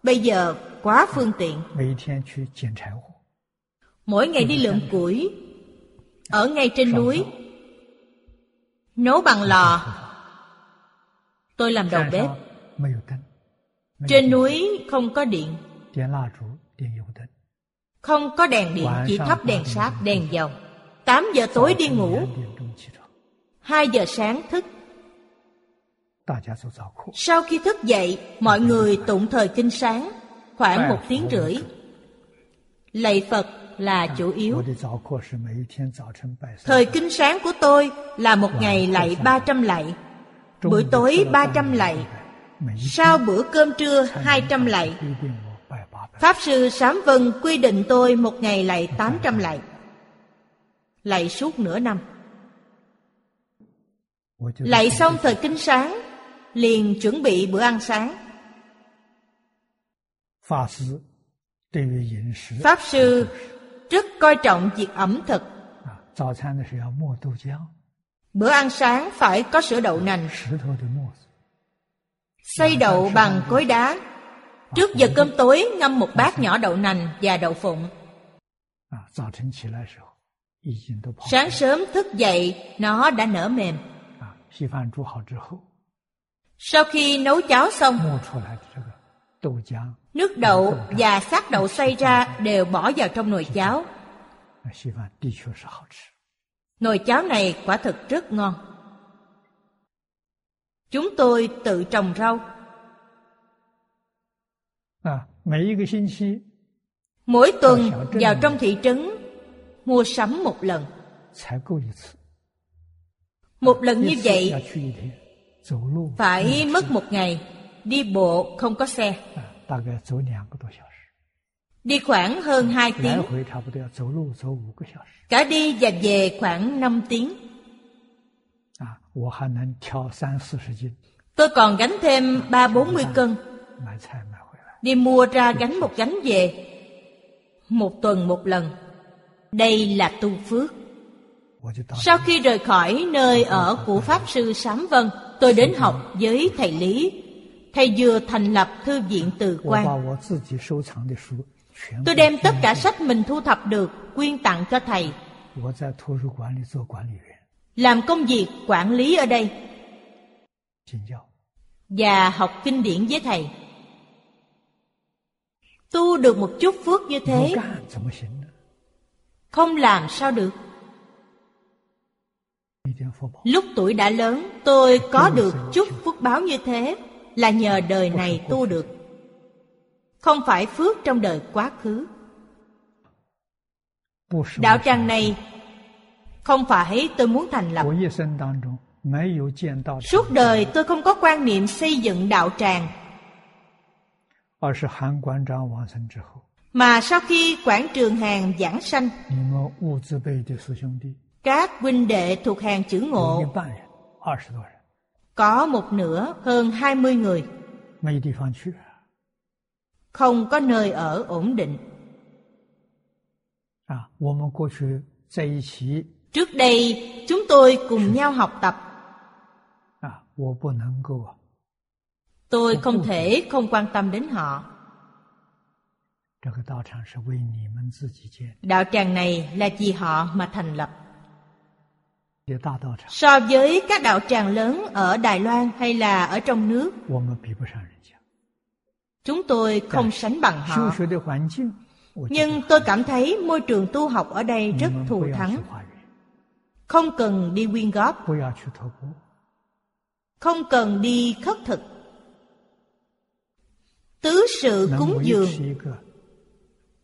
Speaker 2: Bây giờ quá phương tiện,
Speaker 3: 每天去捡柴火，
Speaker 2: mỗi ngày đi lượm củi, ở ngay trên núi, nấu bằng lò. Tôi làm đầu
Speaker 3: 山
Speaker 2: bếp,
Speaker 3: 上没有灯，没有
Speaker 2: trên
Speaker 3: 灯
Speaker 2: núi không có điện,
Speaker 3: 点蜡烛，点油灯，
Speaker 2: Không có đèn điện, chỉ thắp đèn sáp, đèn dầu. 8 giờ tối đi
Speaker 3: 早
Speaker 2: ngủ,
Speaker 3: 晨两点钟起床，
Speaker 2: 2 giờ sáng thức.
Speaker 3: 大家做早课，
Speaker 2: Sau khi thức dậy, mọi người tụng thời kinh sáng, khoảng một tiếng rưỡi. Lạy Phật là chủ yếu.
Speaker 3: 我的早课是每一天早晨拜三
Speaker 2: Thời kinh sáng của tôi là một ngày lạy 300 lạy,
Speaker 3: 中午
Speaker 2: buổi
Speaker 3: 吃
Speaker 2: tối
Speaker 3: 了半
Speaker 2: 300
Speaker 3: 个
Speaker 2: lạy,
Speaker 3: 礼拜每一天
Speaker 2: sau bữa cơm trưa 200 lạy.
Speaker 3: 规定我拜八百，
Speaker 2: Pháp sư Sám Vân quy định tôi một ngày lạy 800 lạy. Lạy suốt nửa năm.
Speaker 3: 我就
Speaker 2: Lạy xong thời kinh sáng Liền chuẩn bị bữa ăn sáng
Speaker 3: 法师对于饮食
Speaker 2: Pháp sư rất coi trọng việc ẩm thực
Speaker 3: 啊，早餐的时候要磨豆浆，
Speaker 2: Bữa ăn sáng phải có sữa đậu nành
Speaker 3: 石头的磨子，
Speaker 2: Xay đậu bằng cối đá Trước giờ cơm tối ngâm một bát nhỏ đậu nành và đậu phụng
Speaker 3: 啊，早晨起来的时候已经都泡好
Speaker 2: Sáng sớm thức dậy nó đã nở mềm
Speaker 3: 啊，稀饭煮好之后
Speaker 2: Sau khi nấu cháo xong
Speaker 3: 磨出来的这个豆浆，
Speaker 2: Nước đậu và xác đậu xay ra đều bỏ vào trong nồi cháo
Speaker 3: 那稀饭的确是好吃。
Speaker 2: Nồi cháo này quả thực rất ngon Chúng tôi tự trồng rau
Speaker 3: 啊，每一个星期
Speaker 2: Mỗi tuần
Speaker 3: Ở trên
Speaker 2: vào
Speaker 3: này.
Speaker 2: trong thị trấn mua sắm một lần.
Speaker 3: 才够一次，
Speaker 2: Một lần như
Speaker 3: 一次要
Speaker 2: vậy
Speaker 3: 去一天，走路
Speaker 2: phải mất một ngày. Đi bộ không có xe.
Speaker 3: 啊，大概走两个多小时，
Speaker 2: Đi khoảng hơn 2
Speaker 3: 来
Speaker 2: tiếng.
Speaker 3: 回差不多要走路走五个小时。
Speaker 2: Cả đi và về khoảng 5 tiếng.
Speaker 3: 啊，我还能挑三四十斤，
Speaker 2: Tôi còn gánh thêm 3-40 cân.
Speaker 3: 买菜买回来，
Speaker 2: Đi mua ra gánh một gánh về. Một tuần một lần. Đây là tu phước.
Speaker 3: 我就到
Speaker 2: Sau khi rời khỏi nơi ở của Pháp Sư Sám Vân, tôi đến học với Thầy Lý. Thầy vừa thành lập Thư viện Từ
Speaker 3: 我
Speaker 2: Quang.
Speaker 3: 把我自己收藏的书全部
Speaker 2: Tôi đem tất cả sách mình thu thập được quyên tặng cho thầy,
Speaker 3: 我在图书馆里做管理员，
Speaker 2: làm công việc quản lý ở đây
Speaker 3: 请教
Speaker 2: và học kinh điển với thầy. Tu được một chút phước như
Speaker 3: 不
Speaker 2: thế,
Speaker 3: 干怎么行呢？
Speaker 2: không làm sao được.
Speaker 3: 一点福报，
Speaker 2: Lúc tuổi đã lớn, tôi có được chút phước báo như thế là nhờ đời này tu được. không phải phước trong đời quá khứ đạo tràng này không phải tôi muốn thành lập suốt đời tôi không có quan niệm xây dựng đạo tràng mà sau khi quảng trường hàng giảng sanh các huynh đệ thuộc hàng chữ ngộ có một nửa hơn 20 người không có nơi ở ổn định
Speaker 3: 啊
Speaker 2: trước đây chúng tôi cùng nhau học tập
Speaker 3: 啊
Speaker 2: tôi không thể không quan tâm đến họ đạo tràng này là vì họ mà thành lập so với các đạo tràng lớn ở đài loan hay là ở trong nước chúng tôi không sánh bằng họ nhưng tôi cảm thấy môi trường tu học ở đây
Speaker 3: Ừ,
Speaker 2: rất thù thắng không cần đi quyên góp không cần đi khất thực tứ sự cúng dường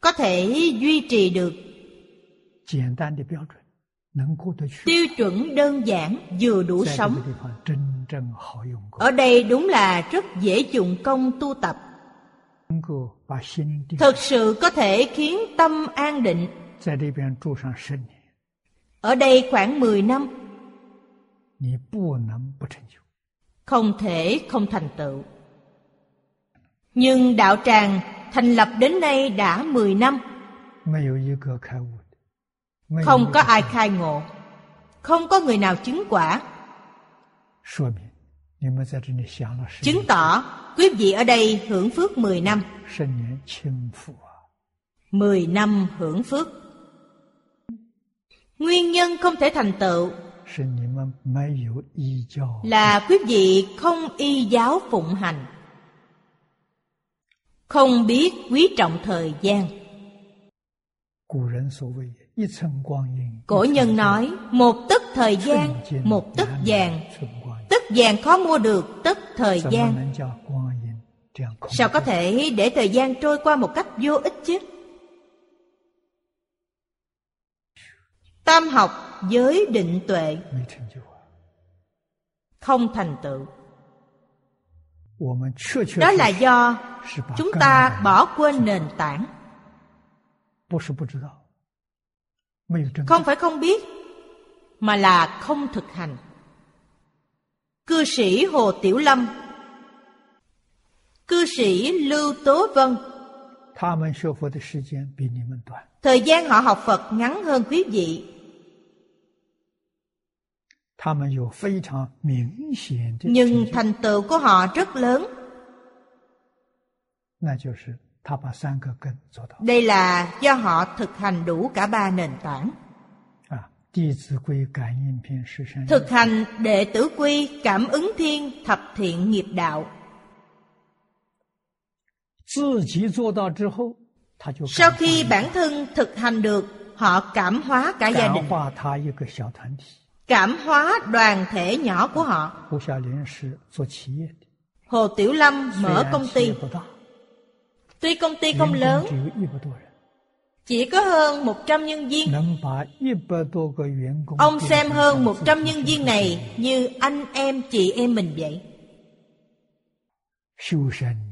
Speaker 2: có thể duy trì được tiêu chuẩn đơn giản vừa đủ sống ở đây đúng là rất dễ dụng công tu tập thực sự có thể khiến tâm an định ở đây khoảng 10 năm không thể không thành tựu nhưng đạo tràng thành lập đến nay đã 10 năm không có ai khai ngộ không có người nào chứng quả chứng tỏ quý vị ở đây hưởng phước 10 năm
Speaker 3: 啊
Speaker 2: 10 năm hưởng phước Nguyên nhân không thể thành tựu là quý vị không y giáo phụng hành không biết quý trọng thời gian cổ nhân nói một tức thời gian một tức vàng tức vàng khó mua được tức thời gian sao có thể để thời gian trôi qua một cách vô ích chứ tam học giới định tuệ
Speaker 3: 啊
Speaker 2: không thành tựu đó là do chúng ta bỏ quên nền tảng không phải không biết mà là không thực hành cư sĩ hồ tiểu lâm cư sĩ lưu tố vân thời gian họ học phật ngắn hơn quý vị nhưng thành tựu của họ rất lớn đây là do họ thực hành đủ cả ba nền tảng
Speaker 3: 啊
Speaker 2: thực hành đệ tử quy cảm ứng thiên thập thiện nghiệp đạo sau khi bản thân thực hành được họ cảm hóa cả gia đình cảm hóa đoàn thể nhỏ của họ hồ tiểu lâm mở công ty tuy công ty không lớn chỉ có hơn 100 nhân viên. Ông xem hơn 100 nhân viên này như anh em chị em mình vậy.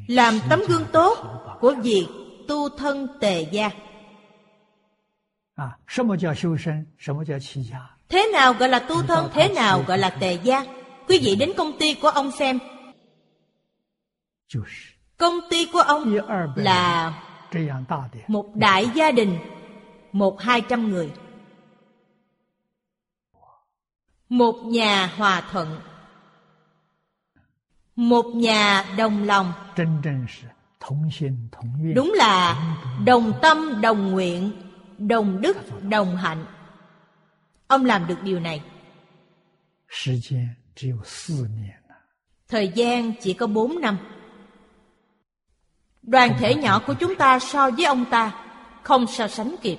Speaker 2: Làm tấm gương tốt của việc tu thân tề gia.
Speaker 3: 啊
Speaker 2: Thế nào gọi là tu thân, thế nào gọi là tề gia? Quý vị đến công ty của ông xem. Công ty của ông là một đại gia đình một hai trăm người một nhà hòa thuận một nhà đồng lòng đúng là đồng tâm đồng nguyện đồng đức đồng hạnh ông làm được điều này
Speaker 3: 啊
Speaker 2: thời gian chỉ có bốn năm đoàn thể nhỏ của chúng ta so với ông ta không so sánh kịp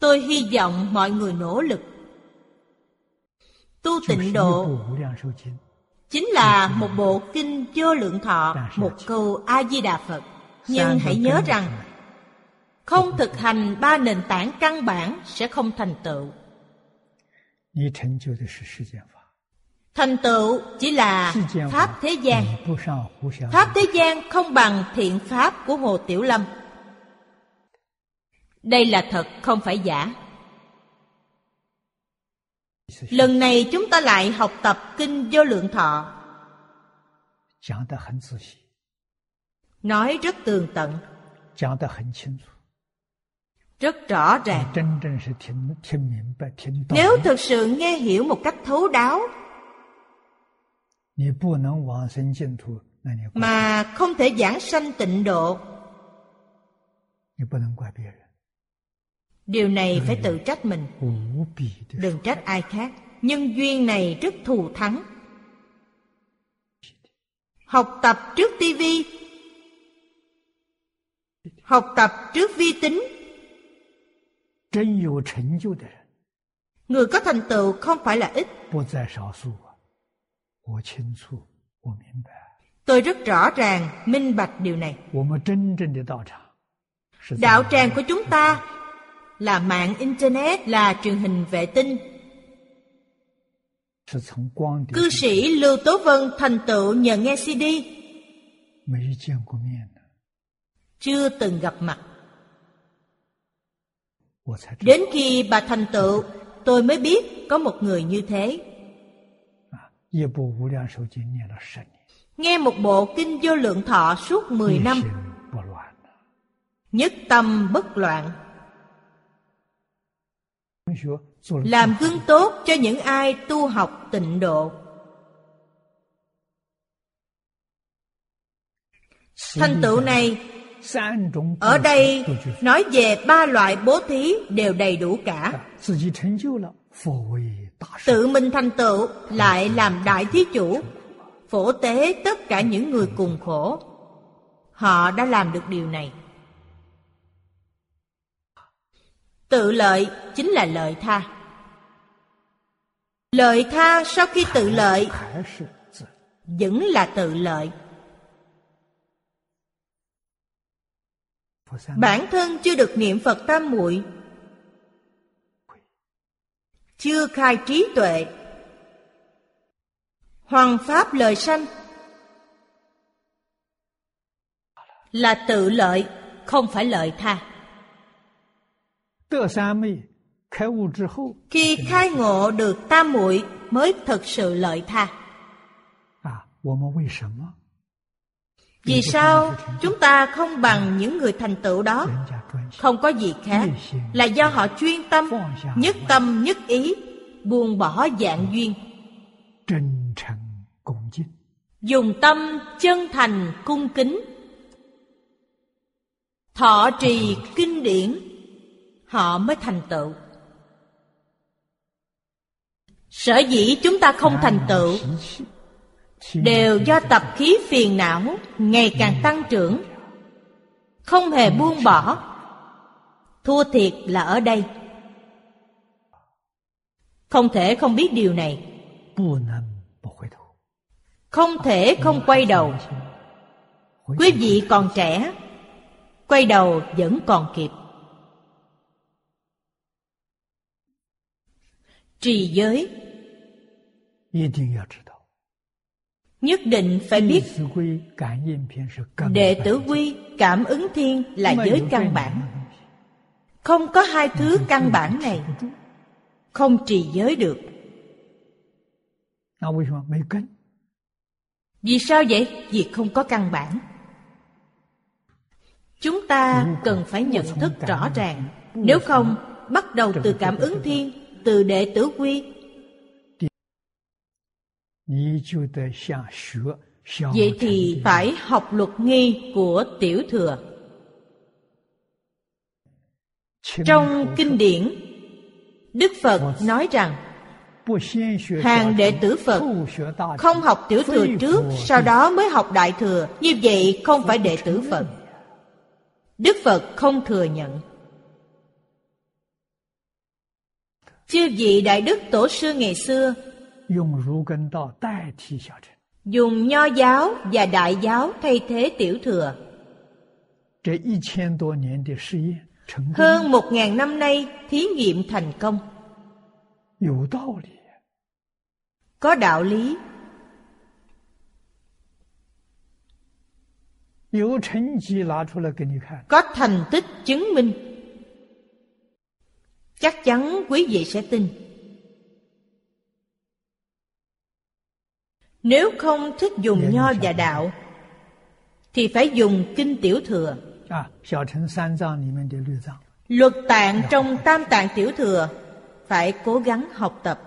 Speaker 2: tôi hy vọng mọi người nỗ lực tu tịnh độ chính là một bộ kinh vô lượng thọ một câu a di đà phật nhưng hãy nhớ rằng không thực hành ba nền tảng căn bản sẽ không thành tựu thành tựu chỉ là pháp thế gian pháp thế gian không bằng thiện pháp của hồ tiểu lâm đây là thật không phải giả lần này chúng ta lại học tập kinh vô lượng thọ nói rất tường tận rất rõ ràng nếu thực sự nghe hiểu một cách thấu đáo mà không thể giảng sanh tịnh độ điều này phải tự trách mình đừng trách ai khác nhân duyên này rất thù thắng học tập trước tivi học tập trước vi tính người có thành tựu không phải là ít
Speaker 3: 啊
Speaker 2: tôi rất rõ ràng minh bạch điều này đạo tràng của chúng ta là mạng internet là truyền hình vệ tinh cư sĩ lưu tố vân thành tựu nhờ nghe cd chưa từng gặp mặt đến khi bà thành tựu tôi mới biết có một người như thế nghe một bộ kinh vô lượng thọ suốt 10 năm
Speaker 3: Ừ.
Speaker 2: nhất tâm bất loạn làm gương tốt cho những ai tu học tịnh độ thành tựu này ở đây
Speaker 3: Ừ.
Speaker 2: nói về ba loại bố thí đều đầy đủ cả tự mình thành tựu lại làm đại thí chủ phổ tế tất cả những người cùng khổ họ đã làm được điều này tự lợi chính là lợi tha lợi tha sau khi tự lợi vẫn là tự lợi bản thân chưa được niệm phật tam muội chưa khai trí tuệ hoàng pháp lời sanh là tự lợi không phải lợi tha khi khai ngộ được tam muội mới thực sự lợi tha
Speaker 3: 啊
Speaker 2: vì sao chúng ta không bằng những người thành tựu đó không có gì khác là do họ chuyên tâm nhất tâm nhất ý buông bỏ dạng duyên dùng tâm chân thành cung kính thọ trì kinh điển họ mới thành tựu sở dĩ chúng ta không thành tựu đều do tập khí phiền não ngày càng tăng trưởng không hề buông bỏ thua thiệt là ở đây không thể không biết điều này không thể không quay đầu quý vị còn trẻ quay đầu vẫn còn kịp trì giới nhất định phải biết đệ tử quy cảm ứng thiên là giới căn bản không có hai thứ căn bản này không trì giới được vì sao vậy vì không có căn bản chúng ta cần phải nhận thức rõ ràng nếu không bắt đầu từ cảm ứng thiên từ đệ tử quy
Speaker 3: Ờ,
Speaker 2: vậy thì phải học luật nghi của tiểu thừa trong kinh điển đức phật nói rằng hàng đệ tử phật không học tiểu thừa trước sau đó mới học đại thừa như vậy không phải đệ tử phật đức phật không thừa nhận chư vị đại đức tổ sư ngày xưa dùng nho giáo và đại giáo thay thế tiểu thừa.
Speaker 3: 这一千多年的实验成功，
Speaker 2: Hơn 1.000 năm nay thí nghiệm thành công,
Speaker 3: 有道理。
Speaker 2: có đạo lý,
Speaker 3: 有成绩拿出来给你看，
Speaker 2: có thành tích chứng minh. Chắc chắn quý vị sẽ tin. Nếu không thích dùng
Speaker 3: Nghe
Speaker 2: nho
Speaker 3: nói sao?
Speaker 2: và đạo thì phải dùng kinh tiểu thừa.
Speaker 3: 啊，小乘三藏里面的律藏，
Speaker 2: Luật tạng
Speaker 3: Dạ.
Speaker 2: trong tam tạng tiểu thừa phải cố gắng học tập.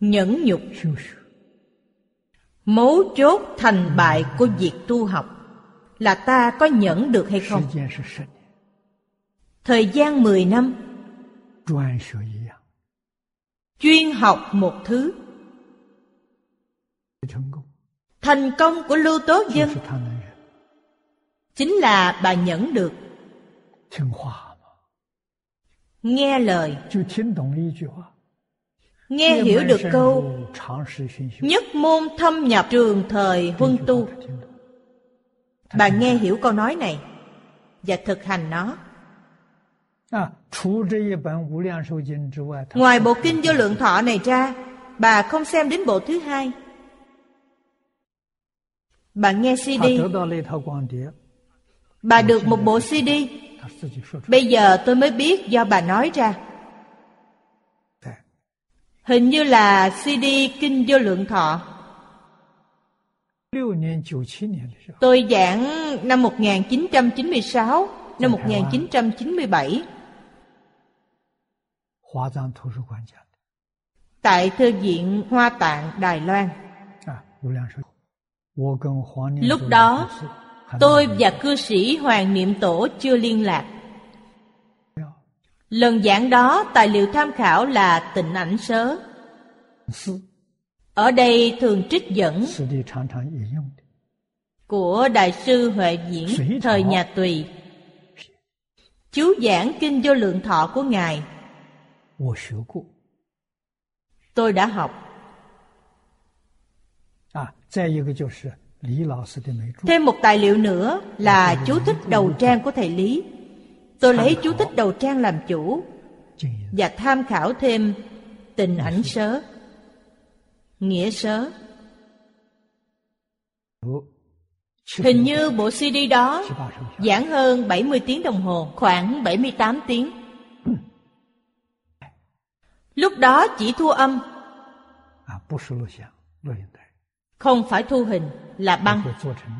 Speaker 2: Nhẫn nhục
Speaker 3: 修学
Speaker 2: mấu chốt thành bại của việc tu học là ta có nhẫn được hay
Speaker 3: 时
Speaker 2: không?
Speaker 3: 间是十年，
Speaker 2: Thời gian 10 năm
Speaker 3: 专学一样
Speaker 2: chuyên học một thứ.
Speaker 3: 成功，
Speaker 2: Thành công của Lưu Tố
Speaker 3: 就
Speaker 2: Dân
Speaker 3: 是他能人
Speaker 2: chính là bà nhẫn được,
Speaker 3: 听话嘛，
Speaker 2: nghe lời,
Speaker 3: 就听懂了一句话，
Speaker 2: nghe
Speaker 3: 夜
Speaker 2: hiểu
Speaker 3: 门
Speaker 2: được
Speaker 3: 深
Speaker 2: câu
Speaker 3: 入常识熏修，
Speaker 2: nhất môn thâm nhập trường thời huân
Speaker 3: 这句
Speaker 2: tu.
Speaker 3: 话他听懂，
Speaker 2: Bà nghe hiểu câu nói này và thực hành nó.
Speaker 3: 啊，除这一本《无量寿经》之外，他
Speaker 2: Ngoài bộ kinh vô lượng thọ này ra, bà không xem đến bộ thứ hai. Bà nghe
Speaker 3: 他
Speaker 2: CD,
Speaker 3: 得到那套光碟，
Speaker 2: bà được một bộ CD.
Speaker 3: 他自己说出来，
Speaker 2: Bây giờ tôi mới biết do bà nói ra.
Speaker 3: 对
Speaker 2: Hình như là CD kinh vô lượng thọ.
Speaker 3: 六年九七年的时候，
Speaker 2: Tôi giảng năm 1996, năm 1997
Speaker 3: 华藏图书馆讲
Speaker 2: tại Thư viện Hoa Tạng, Đài Loan.
Speaker 3: 的啊，《无量寿经》，我跟黄念
Speaker 2: lúc
Speaker 3: 祖
Speaker 2: đó,
Speaker 3: 老师还没有
Speaker 2: Tôi và cư sĩ Hoàng Niệm Tổ chưa liên lạc. Lần giảng đó tài liệu tham khảo là tịnh ảnh sớ.
Speaker 3: 是
Speaker 2: Ở đây thường trích dẫn
Speaker 3: 实地常常引用的，
Speaker 2: của Đại sư Huệ Diễn
Speaker 3: Sĩ
Speaker 2: thời
Speaker 3: Thọ.
Speaker 2: nhà Tùy. Chú giảng kinh vô lượng thọ của Ngài,
Speaker 3: 我学过
Speaker 2: tôi đã học.
Speaker 3: 啊。再一个就是李老师的美著，
Speaker 2: Thêm một tài liệu nữa là chú thích đầu trang của Thầy Lý. Tôi lấy chú thích đầu trang làm chủ
Speaker 3: 经营
Speaker 2: và tham khảo thêm tình ảnh sớ, nghĩa sớ.
Speaker 3: 有七十
Speaker 2: Hình
Speaker 3: 多
Speaker 2: như bộ CD đó
Speaker 3: 七八十个小时，
Speaker 2: giảng hơn 70 tiếng đồng hồ, khoảng 78 tiếng. Lúc đó chỉ thu âm,
Speaker 3: 啊，不是录像、录影带，
Speaker 2: không phải thu hình là
Speaker 3: 也
Speaker 2: băng.
Speaker 3: 会做成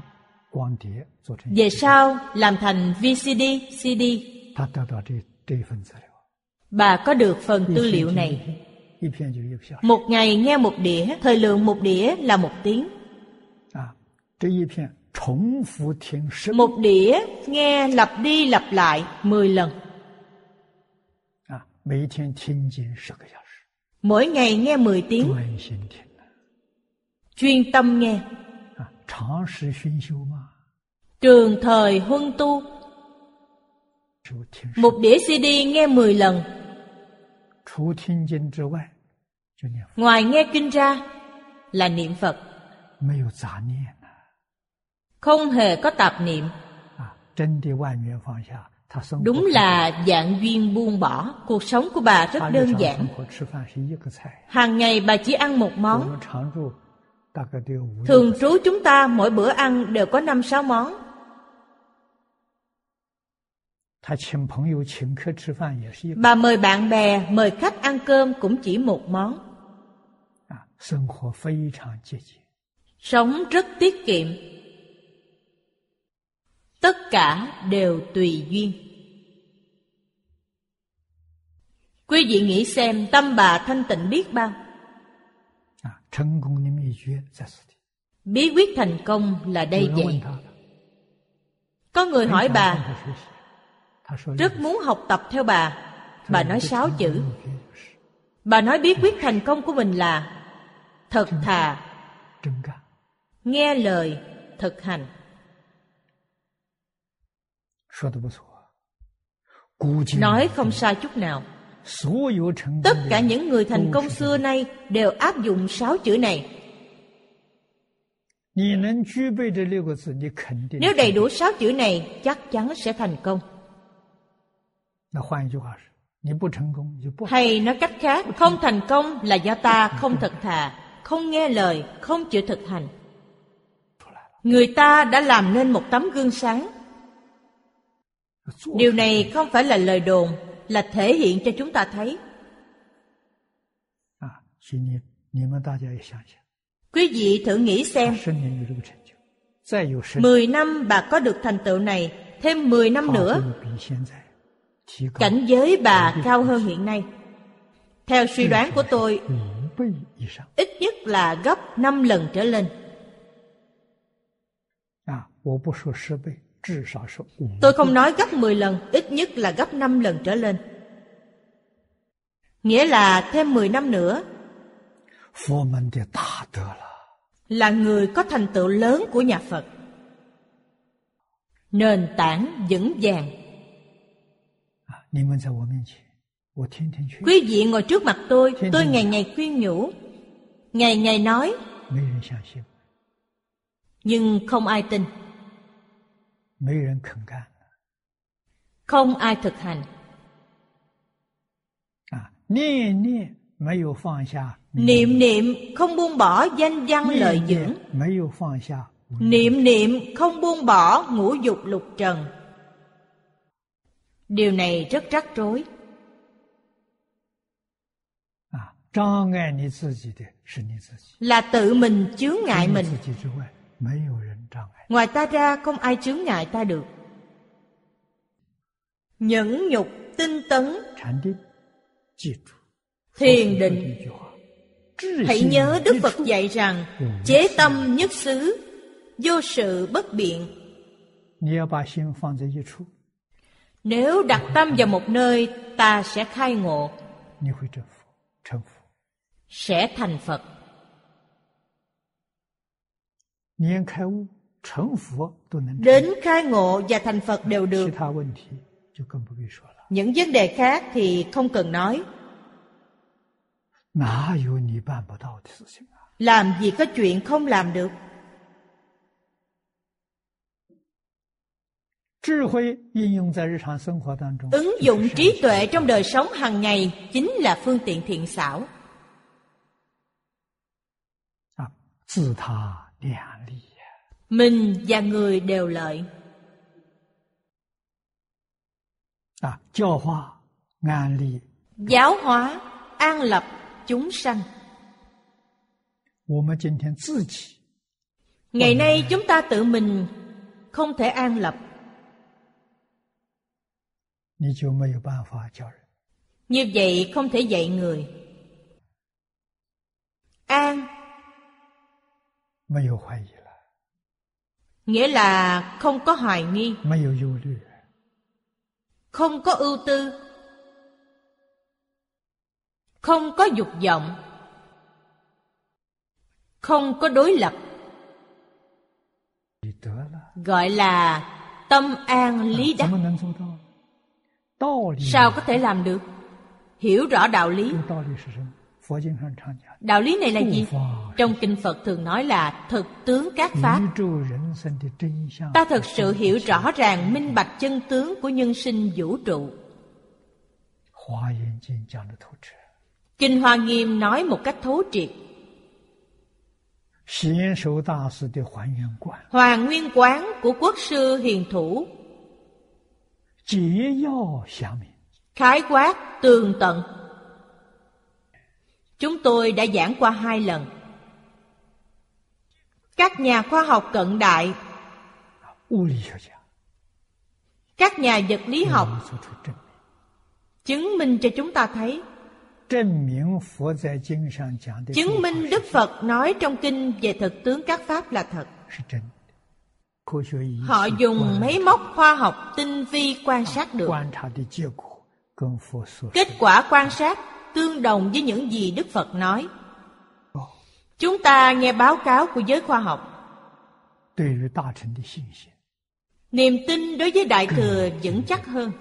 Speaker 3: 光碟，做成
Speaker 2: Về
Speaker 3: 影片
Speaker 2: sau làm thành VCD, CD.
Speaker 3: 他得到这这一份资料，
Speaker 2: Bà có được phần
Speaker 3: 一
Speaker 2: tư
Speaker 3: 篇
Speaker 2: liệu
Speaker 3: 就一
Speaker 2: này.
Speaker 3: 篇，一篇就一个小时
Speaker 2: Một ngày nghe một đĩa, thời lượng một đĩa là một tiếng.
Speaker 3: 啊，这一篇重复听十遍
Speaker 2: Một đĩa nghe lặp đi lặp lại 10 lần.
Speaker 3: 啊，每天听经十个小时，
Speaker 2: Mỗi ngày nghe 10 tiếng,
Speaker 3: 专心听
Speaker 2: chuyên tâm nghe.
Speaker 3: 啊，常识熏修嘛，
Speaker 2: Trường thời huân tu,
Speaker 3: 就听十
Speaker 2: một đĩa CD nghe 10 lần,
Speaker 3: 除听经之外，就念佛，
Speaker 2: Ngoài nghe kinh ra là niệm Phật,
Speaker 3: 没有杂念呐
Speaker 2: không hề có tạp niệm,
Speaker 3: 啊，真的万缘放下，他生活
Speaker 2: đúng
Speaker 3: 很
Speaker 2: là dạng duyên buông bỏ. Cuộc sống của bà
Speaker 3: 他
Speaker 2: rất
Speaker 3: 日
Speaker 2: đơn
Speaker 3: 常
Speaker 2: giản.
Speaker 3: 生活吃饭是一个菜，
Speaker 2: Hàng ngày bà chỉ ăn một
Speaker 3: 我
Speaker 2: món,
Speaker 3: 们常住大概都有五六个
Speaker 2: thường trú chúng ta mỗi bữa ăn đều có 5 6 món.
Speaker 3: 他请朋友请客吃饭也是一个
Speaker 2: Bà mời bạn bè, mời khách ăn cơm cũng chỉ một món.
Speaker 3: 啊，生活非常节俭。
Speaker 2: Sống rất tiết kiệm. Tất cả đều tùy duyên. Quý vị nghĩ xem tâm bà thanh tịnh biết bao.
Speaker 3: 啊，成功的秘诀在此地。
Speaker 2: Bí quyết thành công là
Speaker 3: 有
Speaker 2: đây
Speaker 3: 人问
Speaker 2: vậy.
Speaker 3: 他，
Speaker 2: Có người
Speaker 3: 很
Speaker 2: hỏi
Speaker 3: 想
Speaker 2: bà,
Speaker 3: 跟他学习，他说
Speaker 2: rất
Speaker 3: 六个字
Speaker 2: muốn học tập theo bà.
Speaker 3: 他
Speaker 2: Bà
Speaker 3: 说
Speaker 2: nói
Speaker 3: 这
Speaker 2: sáu
Speaker 3: 成功
Speaker 2: chữ.
Speaker 3: 秘诀就是
Speaker 2: Bà nói bí quyết thành công của mình là thật thà,
Speaker 3: 真干。
Speaker 2: nghe lời, thực hành.
Speaker 3: 说的不错，古今啊
Speaker 2: Nói không sai chút nào. Tất cả những người thành công xưa nay đều áp dụng sáu chữ này. Nếu đầy đủ sáu chữ này, chắc chắn sẽ thành công. Hay nói cách khác, không thành công là do ta không thật thà, không nghe lời, không chịu thực hành. Người ta đã làm nên một tấm gương sáng. Điều này không phải là lời đồn, là thể hiện cho chúng ta thấy.
Speaker 3: 啊
Speaker 2: Quý vị thử nghĩ xem, 10 năm bà có được thành tựu này, thêm 10 năm nữa, cảnh giới bà cao hơn hiện nay. Theo suy đoán của tôi, ít nhất là gấp 5 lần trở lên.
Speaker 3: 啊
Speaker 2: Tôi không nói gấp 10 lần, ít nhất là gấp 5 lần trở lên. Nghĩa là thêm 10 năm nữa là người có thành tựu lớn của nhà Phật. Nền tảng vững vàng.
Speaker 3: 啊
Speaker 2: Quý vị ngồi trước mặt tôi, tôi ngày ngày khuyên nhủ, ngày ngày nói, nhưng không ai tin không ai thực hành
Speaker 3: 啊
Speaker 2: niệm niệm không buông bỏ danh văn lợi dưỡng niệm niệm không buông bỏ ngũ dục lục trần điều này rất rắc rối
Speaker 3: 啊
Speaker 2: là tự mình chướng ngại mình Ngoài ta ra không ai chướng ngại ta được Nhẫn nhục tinh tấn Thiền định Hãy nhớ Đức Phật dạy rằng Chế tâm nhất xứ Vô sự bất biện Nếu đặt tâm vào một nơi Ta sẽ khai ngộ Sẽ thành Phật Đến khai ngộ và thành Phật đều được Những vấn đề khác thì không cần nói
Speaker 3: 啊
Speaker 2: Làm gì có chuyện không làm được Ứng dụng trí tuệ trong đời sống hàng ngày Chính là phương tiện thiện xảo
Speaker 3: 啊 Tự tha
Speaker 2: mình và người đều lợi.
Speaker 3: À, giáo hóa, an lý.
Speaker 2: Giáo hóa, an lập chúng sanh. Ngày nay chúng ta tự mình không thể an lập. Như vậy không thể dạy người. An Nghĩa là không có hoài nghi Không có ưu tư Không có dục vọng Không có đối lập Gọi là tâm an
Speaker 3: Ờ,
Speaker 2: lý đắc Sao có thể làm được Hiểu rõ đạo lý Đạo lý này là gì?
Speaker 3: Ừ.
Speaker 2: Trong Kinh Phật thường nói là thực tướng các pháp. Ta thực sự hiểu rõ ràng minh bạch chân tướng của nhân sinh vũ trụ. Kinh Hoa Nghiêm nói một cách thấu triệt. Hoàng Nguyên Quán của Quốc sư Hiền Thủ Khái quát tường tận Chúng tôi đã giảng qua hai lần. Các nhà khoa học cận đại, các nhà vật lý
Speaker 3: Ừ.
Speaker 2: học chứng minh cho chúng ta thấy chứng minh Đức Phật nói trong kinh về thực tướng các pháp là thật. Họ dùng máy móc khoa học tinh vi quan sát được. Kết quả quan sát tương đồng với những gì Đức Phật nói. Chúng ta nghe báo cáo của giới khoa học. Niềm tin đối với Đại Thừa vững chắc hơn.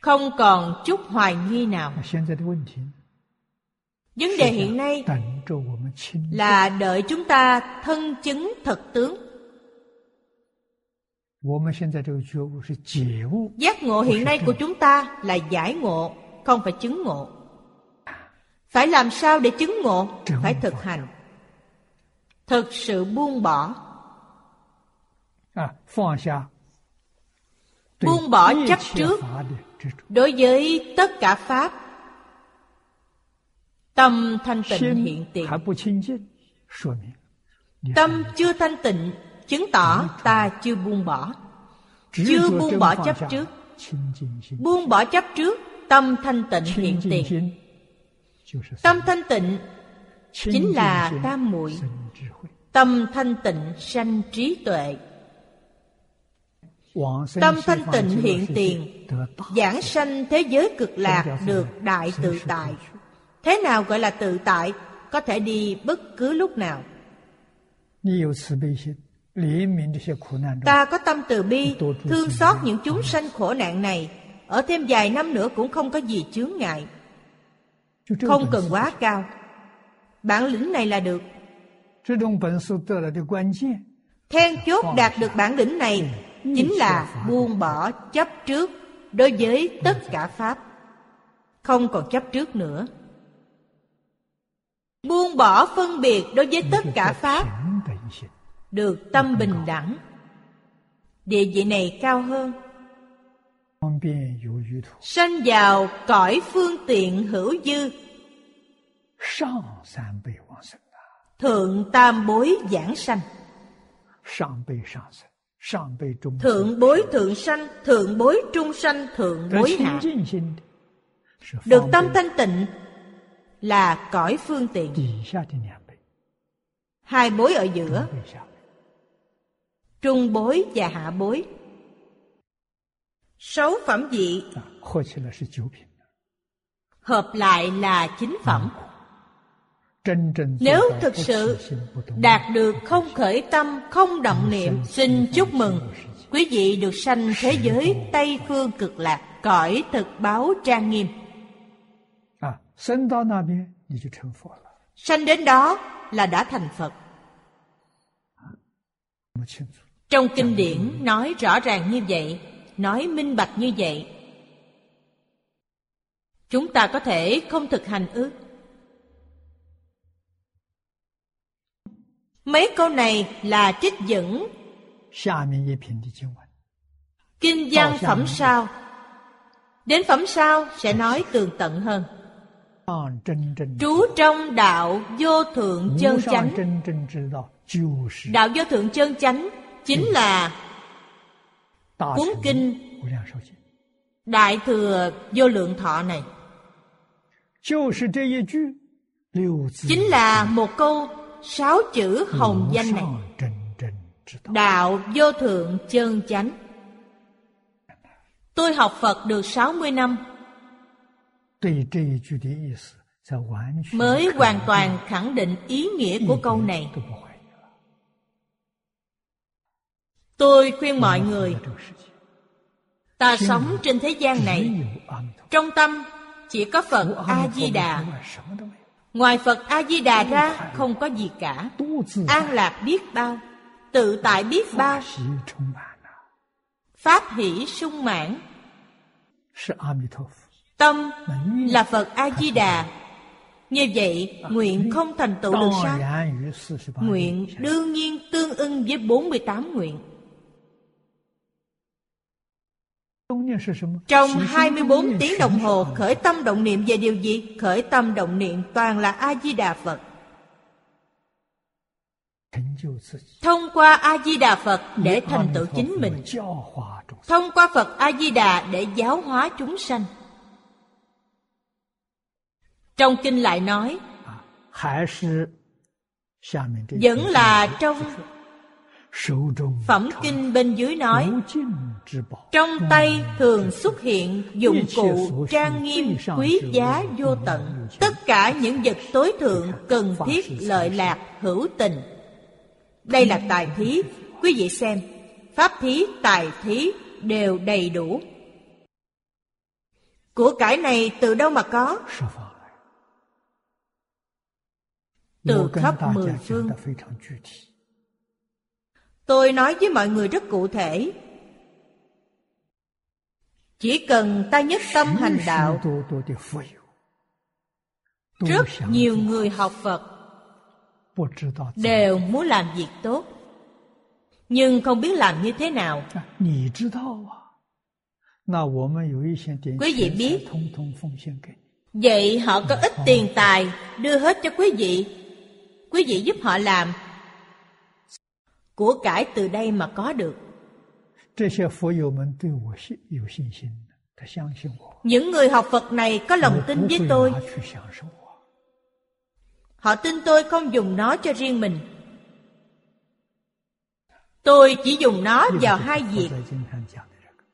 Speaker 2: không còn chút hoài nghi nào.
Speaker 3: 哎那现在的问题
Speaker 2: Vấn đề hiện nay
Speaker 3: 等着我们亲自
Speaker 2: là đợi chúng ta thân chứng thật tướng.
Speaker 3: 我们现在这个觉悟是解悟，
Speaker 2: Giác ngộ hiện nay của chúng ta là giải ngộ, không phải chứng ngộ. Phải làm sao để chứng ngộ? Phải thực hành. Thực sự buông bỏ.
Speaker 3: 啊，放下对
Speaker 2: buông bỏ
Speaker 3: 一
Speaker 2: chấp
Speaker 3: 切
Speaker 2: trước
Speaker 3: 法的执着，
Speaker 2: đối với tất cả pháp tâm thanh tịnh hiện
Speaker 3: 心
Speaker 2: tiền
Speaker 3: 还不清净，说明你还
Speaker 2: tâm chưa thanh tịnh chứng tỏ ta chưa buông bỏ
Speaker 3: 执
Speaker 2: chưa
Speaker 3: 着
Speaker 2: 不
Speaker 3: 真
Speaker 2: 把
Speaker 3: 放
Speaker 2: 执
Speaker 3: 下
Speaker 2: 着
Speaker 3: 清净心，
Speaker 2: buông bỏ chấp trước tâm thanh tịnh
Speaker 3: 清
Speaker 2: hiện
Speaker 3: 净
Speaker 2: tiền
Speaker 3: 心就是
Speaker 2: tâm
Speaker 3: 三昧
Speaker 2: thanh tịnh
Speaker 3: 清
Speaker 2: chính
Speaker 3: 净
Speaker 2: là
Speaker 3: 心
Speaker 2: tam muội
Speaker 3: 生智慧，
Speaker 2: tâm thanh tịnh sanh trí tuệ
Speaker 3: 往生
Speaker 2: tâm
Speaker 3: 西
Speaker 2: thanh
Speaker 3: 方
Speaker 2: tịnh
Speaker 3: 极乐
Speaker 2: hiện
Speaker 3: 世界
Speaker 2: tiền,
Speaker 3: 得大
Speaker 2: giảng sanh thế giới cực lạc được đại tự tại thế nào gọi là tự tại có thể đi bất cứ lúc nào
Speaker 3: 你有慈悲心，怜悯这些苦难众生。
Speaker 2: Ta có tâm từ bi, thương xót những chúng sanh khổ nạn này. Ở thêm vài năm nữa cũng không có gì chướng ngại,
Speaker 3: 就这个
Speaker 2: không
Speaker 3: 本
Speaker 2: cần
Speaker 3: 事
Speaker 2: quá cao. Bản lĩnh này là được.
Speaker 3: 这种本事得了的关键，
Speaker 2: Then chốt đạt được bản lĩnh này chính là buông bỏ chấp trước đối với tất cả pháp. Không còn chấp trước nữa. Buông bỏ phân biệt đối với
Speaker 3: 你
Speaker 2: tất
Speaker 3: 就
Speaker 2: cả
Speaker 3: 叫
Speaker 2: pháp
Speaker 3: 平等心。
Speaker 2: được tâm bình đẳng. Địa vị này cao hơn.
Speaker 3: 方便有余土，
Speaker 2: sanh vào cõi phương tiện hữu dư
Speaker 3: 上三辈往生啊，
Speaker 2: thượng tam bối giảng sanh
Speaker 3: 上辈上生，上辈中生
Speaker 2: thượng bối thượng sanh thượng bối trung sanh thượng
Speaker 3: 得
Speaker 2: bối
Speaker 3: 清
Speaker 2: hạ
Speaker 3: 净心的，是
Speaker 2: được
Speaker 3: 方
Speaker 2: tâm
Speaker 3: 便
Speaker 2: thanh tịnh là cõi phương tiện
Speaker 3: 底下的两辈，
Speaker 2: hai bối ở
Speaker 3: 中
Speaker 2: giữa
Speaker 3: 辈下辈，
Speaker 2: trung bối và hạ bối sáu phẩm vị
Speaker 3: 啊，合起来是九品，
Speaker 2: hợp lại là chín phẩm
Speaker 3: 真正做
Speaker 2: nếu
Speaker 3: 到
Speaker 2: thực
Speaker 3: 不起
Speaker 2: sự
Speaker 3: 心不动
Speaker 2: đạt
Speaker 3: 念
Speaker 2: được không khởi tâm không động niệm xin chúc mừng quý vị được sanh thế giới tây phương cực lạc cõi thực báo trang nghiêm
Speaker 3: 啊，升到那边你就成佛了，
Speaker 2: sanh đến đó là đã thành phật
Speaker 3: 我们清楚。
Speaker 2: trong kinh điển nói rõ ràng như vậy nói minh bạch như vậy chúng ta có thể không thực hành ư mấy câu này là trích dẫn
Speaker 3: 下面一品的经文，
Speaker 2: Kinh văn
Speaker 3: Tòa sao
Speaker 2: phẩm
Speaker 3: nữa?
Speaker 2: sau Đến phẩm sau sẽ nói tường tận hơn
Speaker 3: 上真正
Speaker 2: Trú trong đạo vô thượng
Speaker 3: 无
Speaker 2: chân
Speaker 3: 上
Speaker 2: chánh
Speaker 3: 真正之道，就是。
Speaker 2: Đạo vô thượng chân chánh Chính là
Speaker 3: 大
Speaker 2: 恭
Speaker 3: 乘
Speaker 2: 敬
Speaker 3: 无量寿经，
Speaker 2: Đại thừa vô lượng thọ này
Speaker 3: 就是这一句六字，
Speaker 2: Chính là một câu Sáu chữ hồng
Speaker 3: 无
Speaker 2: danh này
Speaker 3: 上真正之道。
Speaker 2: Đạo vô thượng chân chánh Tôi học Phật được 60 năm
Speaker 3: 对这一句的意思，在完全
Speaker 2: Mới
Speaker 3: 肯
Speaker 2: hoàn
Speaker 3: 定
Speaker 2: toàn khẳng định Ừ. ý nghĩa
Speaker 3: 一
Speaker 2: của câu
Speaker 3: 点
Speaker 2: này
Speaker 3: 都不怀疑了。
Speaker 2: Tôi khuyên mọi
Speaker 3: 我们
Speaker 2: người
Speaker 3: 活在这个世界
Speaker 2: Ta sống trên thế gian
Speaker 3: 只
Speaker 2: này
Speaker 3: 有阿弥陀
Speaker 2: Trong tâm chỉ có
Speaker 3: 佛，
Speaker 2: Phật
Speaker 3: 阿
Speaker 2: A
Speaker 3: 弥陀
Speaker 2: Di
Speaker 3: 佛
Speaker 2: Đà,
Speaker 3: 之外什么都没有，
Speaker 2: ngoài Phật A Di Đà ra không Ừ. có gì cả.
Speaker 3: 多自在
Speaker 2: An lạc biết bao, tự tại biết
Speaker 3: 法
Speaker 2: bao,
Speaker 3: 喜充满呐，
Speaker 2: pháp hỷ sung mãn,
Speaker 3: 是阿弥陀佛
Speaker 2: tâm
Speaker 3: 能运
Speaker 2: là Phật A Di Đà. Như vậy, nguyện không thành tựu được
Speaker 3: 荡
Speaker 2: sao?
Speaker 3: 然于四十八
Speaker 2: Nguyện đương nhiên tương ưng với 48 nguyện.
Speaker 3: 中念是什么？
Speaker 2: Trong
Speaker 3: 起心动念
Speaker 2: 24 tiếng
Speaker 3: 全是
Speaker 2: đồng hồ
Speaker 3: 阿弥陀佛
Speaker 2: khởi tâm động niệm về điều gì? Khởi tâm động niệm toàn là A Di Đà Phật.
Speaker 3: 成就自己，
Speaker 2: Thông qua A Di Đà Phật để
Speaker 3: 以阿弥
Speaker 2: thành tựu
Speaker 3: 陀
Speaker 2: chính
Speaker 3: 佛
Speaker 2: mình.
Speaker 3: 教化众生。
Speaker 2: thông qua Phật A Di Đà để giáo hóa chúng sanh. Trong kinh lại nói,
Speaker 3: 啊，还是下面这一段
Speaker 2: vẫn là trong
Speaker 3: 手中
Speaker 2: phẩm
Speaker 3: 常
Speaker 2: kinh bên dưới nói,
Speaker 3: 无尽之宝，
Speaker 2: trong tay thường xuất hiện dụng cụ trang nghiêm quý giá vô tận, tất cả những vật tối thượng cần thiết lợi lạc hữu tình. Đây là tài thí, quý vị xem, pháp thí, tài thí đều đầy đủ. Của cải này từ đâu mà có?
Speaker 3: 十方来。
Speaker 2: Từ
Speaker 3: 我跟
Speaker 2: khắp
Speaker 3: 大
Speaker 2: 10
Speaker 3: 家讲
Speaker 2: phương
Speaker 3: 的非常具体，
Speaker 2: Tôi nói với mọi người rất cụ thể. Chỉ cần ta nhất tâm
Speaker 3: 许
Speaker 2: hành
Speaker 3: 许
Speaker 2: đạo,
Speaker 3: 多多的佛友都
Speaker 2: rất
Speaker 3: 想
Speaker 2: nhiều
Speaker 3: 法
Speaker 2: người học Phật
Speaker 3: 不知道怎么
Speaker 2: đều muốn làm việc tốt, nhưng không biết làm như thế nào.
Speaker 3: 啊你知道啊？那我们有一些点
Speaker 2: quý vị
Speaker 3: 钱财
Speaker 2: biết-
Speaker 3: 通通奉献给你，
Speaker 2: Vậy họ có ít tiền tài đưa hết cho quý vị. Quý vị giúp họ làm. Của cải từ đây mà có được.
Speaker 3: 这些佛友们对我信有信心的，他相信我，
Speaker 2: Những người học Phật này có
Speaker 3: 我
Speaker 2: lòng
Speaker 3: 不
Speaker 2: tin với
Speaker 3: 会
Speaker 2: tôi.
Speaker 3: 拿去享受啊。
Speaker 2: Họ tin tôi không dùng nó cho riêng mình. Tôi chỉ dùng nó
Speaker 3: 这个
Speaker 2: vào
Speaker 3: 就是
Speaker 2: hai
Speaker 3: 佛
Speaker 2: việc.
Speaker 3: 在经常讲的这个，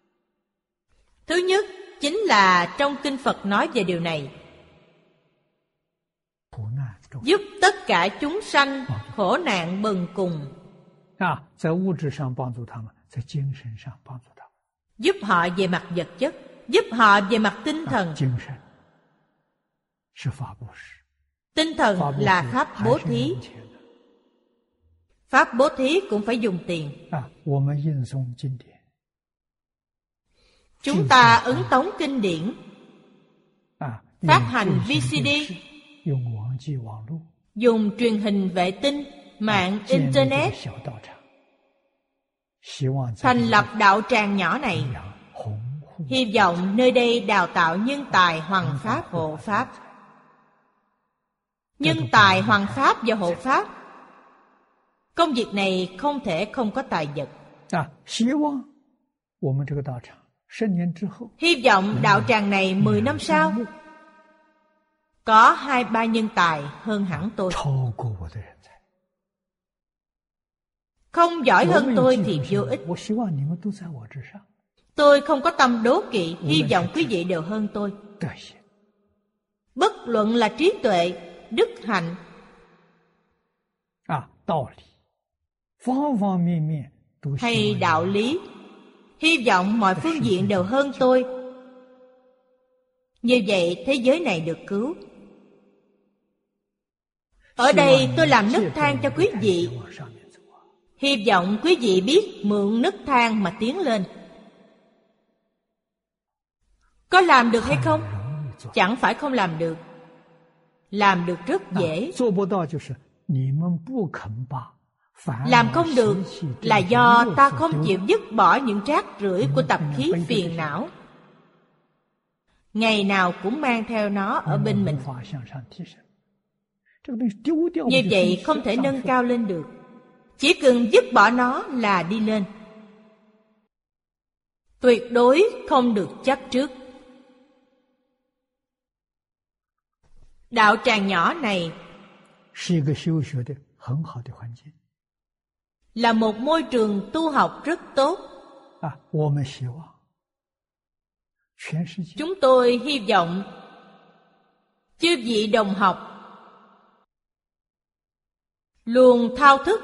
Speaker 2: Thứ nhất chính là trong kinh Phật nói về điều này,
Speaker 3: 苦难中
Speaker 2: giúp tất cả chúng sanh khổ nạn bần cùng,
Speaker 3: 啊，在物质上帮助他们，在精神上帮助他们
Speaker 2: giúp họ về mặt vật chất, giúp họ về mặt tinh
Speaker 3: 啊
Speaker 2: thần.
Speaker 3: 精神是法布施，
Speaker 2: Tinh thần
Speaker 3: 法布施
Speaker 2: là pháp
Speaker 3: 还
Speaker 2: bố
Speaker 3: 是
Speaker 2: thí,
Speaker 3: 用钱的
Speaker 2: pháp bố thí cũng phải dùng tiền.
Speaker 3: 啊。我们印诵经典，
Speaker 2: Chúng ta ứng tống kinh điển,
Speaker 3: 啊，
Speaker 2: 发
Speaker 3: 用
Speaker 2: 行
Speaker 3: 用行
Speaker 2: VCD
Speaker 3: 电视用网际网络，
Speaker 2: dùng truyền hình vệ tinh, mạng
Speaker 3: 建立这个
Speaker 2: internet
Speaker 3: 小道场，希望在
Speaker 2: thành lập đạo tràng nhỏ này.
Speaker 3: 弘扬宏护，
Speaker 2: Hy vọng nơi đây đào tạo nhân tài hoàng pháp hộ À, pháp. Nhân tài hoàng pháp và hộ pháp. Công việc này không thể không có tài vật.
Speaker 3: 啊，希望我们这个道场十年之后，
Speaker 2: Hy vọng đạo tràng này 10 năm sau có hai ba nhân tài hơn hẳn tôi.
Speaker 3: 超过我的人才。
Speaker 2: Không giỏi
Speaker 3: 我们
Speaker 2: hơn
Speaker 3: 有
Speaker 2: tôi
Speaker 3: 嫉妒
Speaker 2: thì
Speaker 3: 心
Speaker 2: vô ích.
Speaker 3: 我希望你们都在我之上，
Speaker 2: Tôi không có tâm đố kỵ, hy vọng quý vị đều hơn tôi.
Speaker 3: 德行
Speaker 2: Bất luận là trí tuệ, đức hạnh,
Speaker 3: 啊，道理，方方面面都希望
Speaker 2: hay
Speaker 3: 你
Speaker 2: đạo lý hy vọng mọi phương diện đều hơn tôi như vậy thế giới này được cứu ở đây tôi làm nấc thang cho quý vị
Speaker 3: 往上面走啊
Speaker 2: hy vọng quý vị biết mượn nấc thang mà tiến lên có làm được hay không
Speaker 3: 容易做
Speaker 2: chẳng phải không làm được làm được rất
Speaker 3: Ờ,
Speaker 2: dễ
Speaker 3: 做不到就是你们不肯把烦恼
Speaker 2: làm không được
Speaker 3: 习气这
Speaker 2: là
Speaker 3: 些
Speaker 2: do
Speaker 3: 恶
Speaker 2: ta
Speaker 3: 所
Speaker 2: không
Speaker 3: 丢
Speaker 2: chịu dứt bỏ những rác rưởi của tập khí phiền não ngày nào cũng mang theo nó
Speaker 3: 我
Speaker 2: ở
Speaker 3: 们
Speaker 2: bên mình
Speaker 3: 无法向上提升。这个东西丢掉不
Speaker 2: như
Speaker 3: 就继
Speaker 2: vậy
Speaker 3: 续
Speaker 2: không thể
Speaker 3: 上
Speaker 2: nâng
Speaker 3: 去
Speaker 2: cao lên được chỉ cần dứt bỏ nó là đi lên tuyệt đối không được chấp trước đạo tràng nhỏ này
Speaker 3: 是一个修学的很好的环境
Speaker 2: là một môi trường tu học rất tốt
Speaker 3: 啊！我们希望全世界
Speaker 2: Chúng tôi hy vọng chư vị đồng học luôn thao thức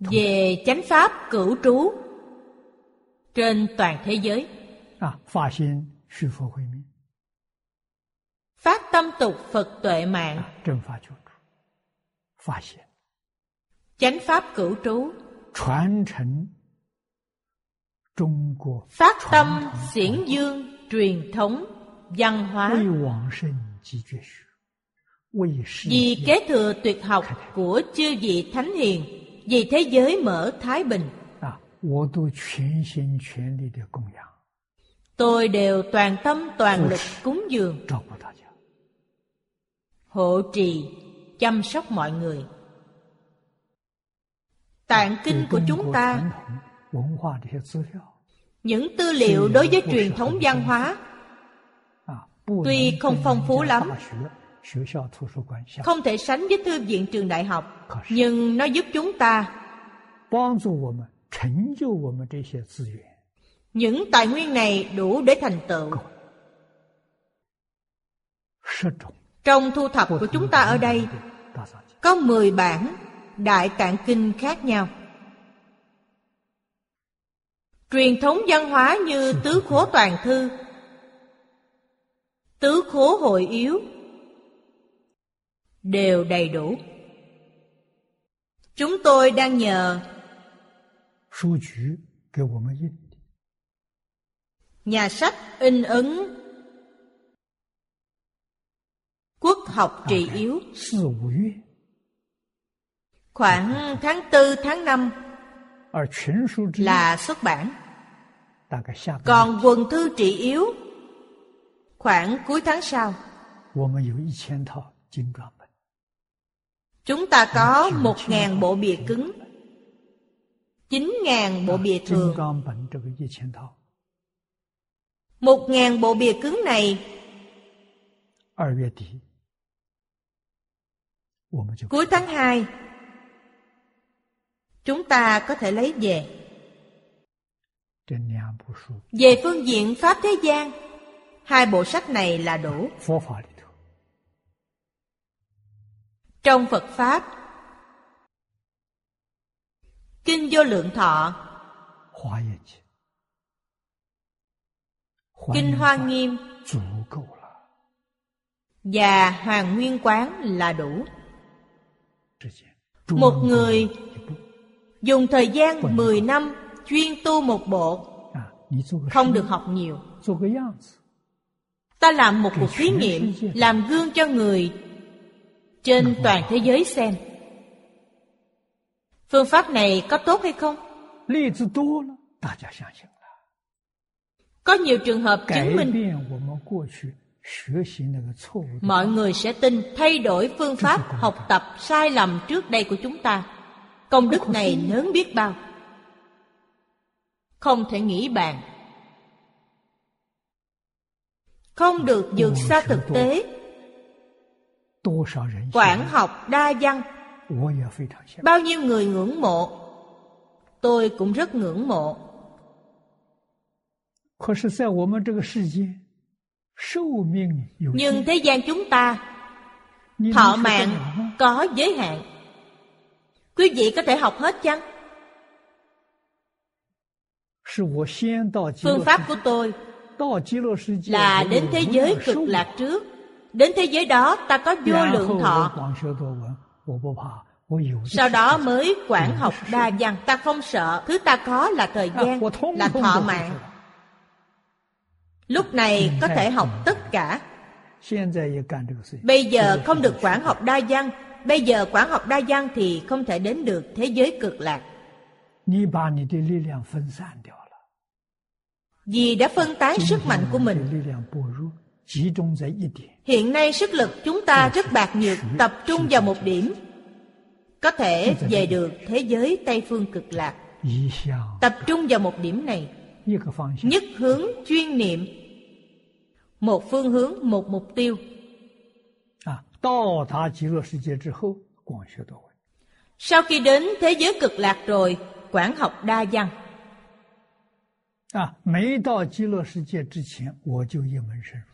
Speaker 2: về chánh pháp cửu trú trên toàn thế giới
Speaker 3: 啊发心续佛慧命
Speaker 2: phát tâm tục phật tuệ mạng
Speaker 3: 啊正法救助，发心
Speaker 2: chánh pháp cửu trú
Speaker 3: 传承中国
Speaker 2: phát tâm xiển dương truyền thống văn hóa
Speaker 3: 为往圣继绝学，为世
Speaker 2: vì
Speaker 3: 界
Speaker 2: kế thừa tuyệt học của chư vị thánh hiền vì thế giới mở thái bình
Speaker 3: 啊，我都全心全力的供养，
Speaker 2: Tôi đều toàn tâm toàn lực cúng dường,
Speaker 3: 照顾大家。
Speaker 2: hộ trì, chăm sóc mọi người. Tạng kinh của chúng
Speaker 3: 对中
Speaker 2: ta,
Speaker 3: 国传统文化这些资料
Speaker 2: những tư liệu đối với truyền thống văn hóa
Speaker 3: 啊，不
Speaker 2: Tuy
Speaker 3: 能
Speaker 2: không
Speaker 3: 跟
Speaker 2: phong
Speaker 3: 人
Speaker 2: phú
Speaker 3: 家
Speaker 2: lắm.
Speaker 3: 大学、学校、图书馆相
Speaker 2: không thể sánh với thư viện trường đại học, nhưng nó giúp chúng ta
Speaker 3: 帮助我们成就我们这些资源，
Speaker 2: những tài nguyên này đủ để thành tựu.
Speaker 3: 十种
Speaker 2: Trong thu thập
Speaker 3: 不
Speaker 2: của
Speaker 3: 同
Speaker 2: chúng ta ở
Speaker 3: 版本
Speaker 2: đây
Speaker 3: 的大藏经
Speaker 2: có 10 bản đại tạng kinh khác nhau. truyền thống văn hóa như tứ khố toàn thư tứ khố hội yếu đều đầy đủ chúng tôi đang nhờ
Speaker 3: 书局给我们印的，
Speaker 2: nhà sách in ấn quốc học trị yếu
Speaker 3: 四五月，
Speaker 2: khoảng tháng 4 tháng 5
Speaker 3: 而群书之一
Speaker 2: là xuất bản
Speaker 3: 大概下个月，
Speaker 2: còn quần thư trị yếu khoảng cuối tháng sau
Speaker 3: 我们有一千套精装本，
Speaker 2: Chúng ta có 1.000 bộ bìa cứng 9.000 bộ bìa
Speaker 3: 精
Speaker 2: thường
Speaker 3: 装本这个一千套，
Speaker 2: 1.000 bộ bìa cứng này
Speaker 3: 二月底我们就
Speaker 2: cuối tháng 2 Chúng ta có thể lấy về
Speaker 3: 这两部书
Speaker 2: Về phương diện Pháp Thế gian Hai bộ sách này là đủ
Speaker 3: 佛法里头，
Speaker 2: Trong Phật Pháp Kinh Vô Lượng Thọ
Speaker 3: 华严经、华严
Speaker 2: Kinh
Speaker 3: 法
Speaker 2: Hoa Nghiêm
Speaker 3: 足够了，
Speaker 2: Và Hoàng Nguyên Quán là đủ
Speaker 3: 之间
Speaker 2: Một người
Speaker 3: 一部
Speaker 2: dùng thời gian 10 năm chuyên tu một bộ
Speaker 3: 啊，你做个
Speaker 2: không
Speaker 3: 实
Speaker 2: được
Speaker 3: 验
Speaker 2: học nhiều.
Speaker 3: 做个样子，
Speaker 2: Ta làm một cuộc thí nghiệm, làm gương cho người trên toàn thế giới xem. Phương pháp này có tốt hay không?
Speaker 3: 例子多了，大家相信了，
Speaker 2: Có nhiều trường hợp
Speaker 3: 改
Speaker 2: chứng minh
Speaker 3: 变我们过去学习那个错误的，
Speaker 2: mọi người sẽ tin thay đổi phương pháp học tập sai lầm trước đây của chúng ta. Công đức này lớn biết bao. Không thể nghĩ bàn. Không được vượt xa thực tế,
Speaker 3: 多少人信
Speaker 2: quản học đa văn
Speaker 3: 我也非常相信。
Speaker 2: Bao nhiêu người ngưỡng mộ Tôi cũng rất ngưỡng mộ
Speaker 3: 可是，在我们这个世界，寿命有限
Speaker 2: Nhưng thế gian chúng ta
Speaker 3: 你能
Speaker 2: Thọ
Speaker 3: 学得了
Speaker 2: mạng
Speaker 3: 吗？
Speaker 2: có giới hạn Quý vị có thể học hết chăng?
Speaker 3: 是我先到极乐世
Speaker 2: Phương
Speaker 3: 界，
Speaker 2: pháp của tôi
Speaker 3: 到极乐世界
Speaker 2: là
Speaker 3: 我
Speaker 2: đến
Speaker 3: 有
Speaker 2: thế
Speaker 3: 无
Speaker 2: giới
Speaker 3: 量寿
Speaker 2: cực lạc trước Đến thế giới đó ta có vô
Speaker 3: 然后
Speaker 2: lượng
Speaker 3: 我
Speaker 2: thọ
Speaker 3: 广学多闻，我不怕，我有的是
Speaker 2: Sau đó
Speaker 3: 时间
Speaker 2: mới quản học đa văn Ta không sợ Thứ ta có là thời
Speaker 3: 啊
Speaker 2: gian
Speaker 3: 我通通
Speaker 2: Là
Speaker 3: 都
Speaker 2: thọ
Speaker 3: 会
Speaker 2: mạng
Speaker 3: 做
Speaker 2: Lúc này có thể học tất cả
Speaker 3: 现在也干这个事情。
Speaker 2: Bây giờ
Speaker 3: 这个
Speaker 2: không
Speaker 3: 是
Speaker 2: được quản học đa văn Bây giờ quản học đa văn thì không thể đến được thế giới cực lạc
Speaker 3: 你把你的力量分散掉了，
Speaker 2: Vì đã phân tán sức mạnh của
Speaker 3: 今
Speaker 2: mình
Speaker 3: 天你的力量薄弱，集中在一点，
Speaker 2: Hiện nay sức lực chúng ta rất bạc nhược Tập trung vào một điểm Có thể về được thế giới Tây Phương cực lạc
Speaker 3: 一项
Speaker 2: Tập trung vào một điểm này
Speaker 3: 一个方向，
Speaker 2: Nhất hướng chuyên niệm Một phương hướng, một mục tiêu
Speaker 3: 啊，到达极乐世界之后，广学多闻，
Speaker 2: Sau khi đến thế giới cực lạc rồi Quản học đa văn
Speaker 3: 啊，没到极乐世界之前，我就一门深入。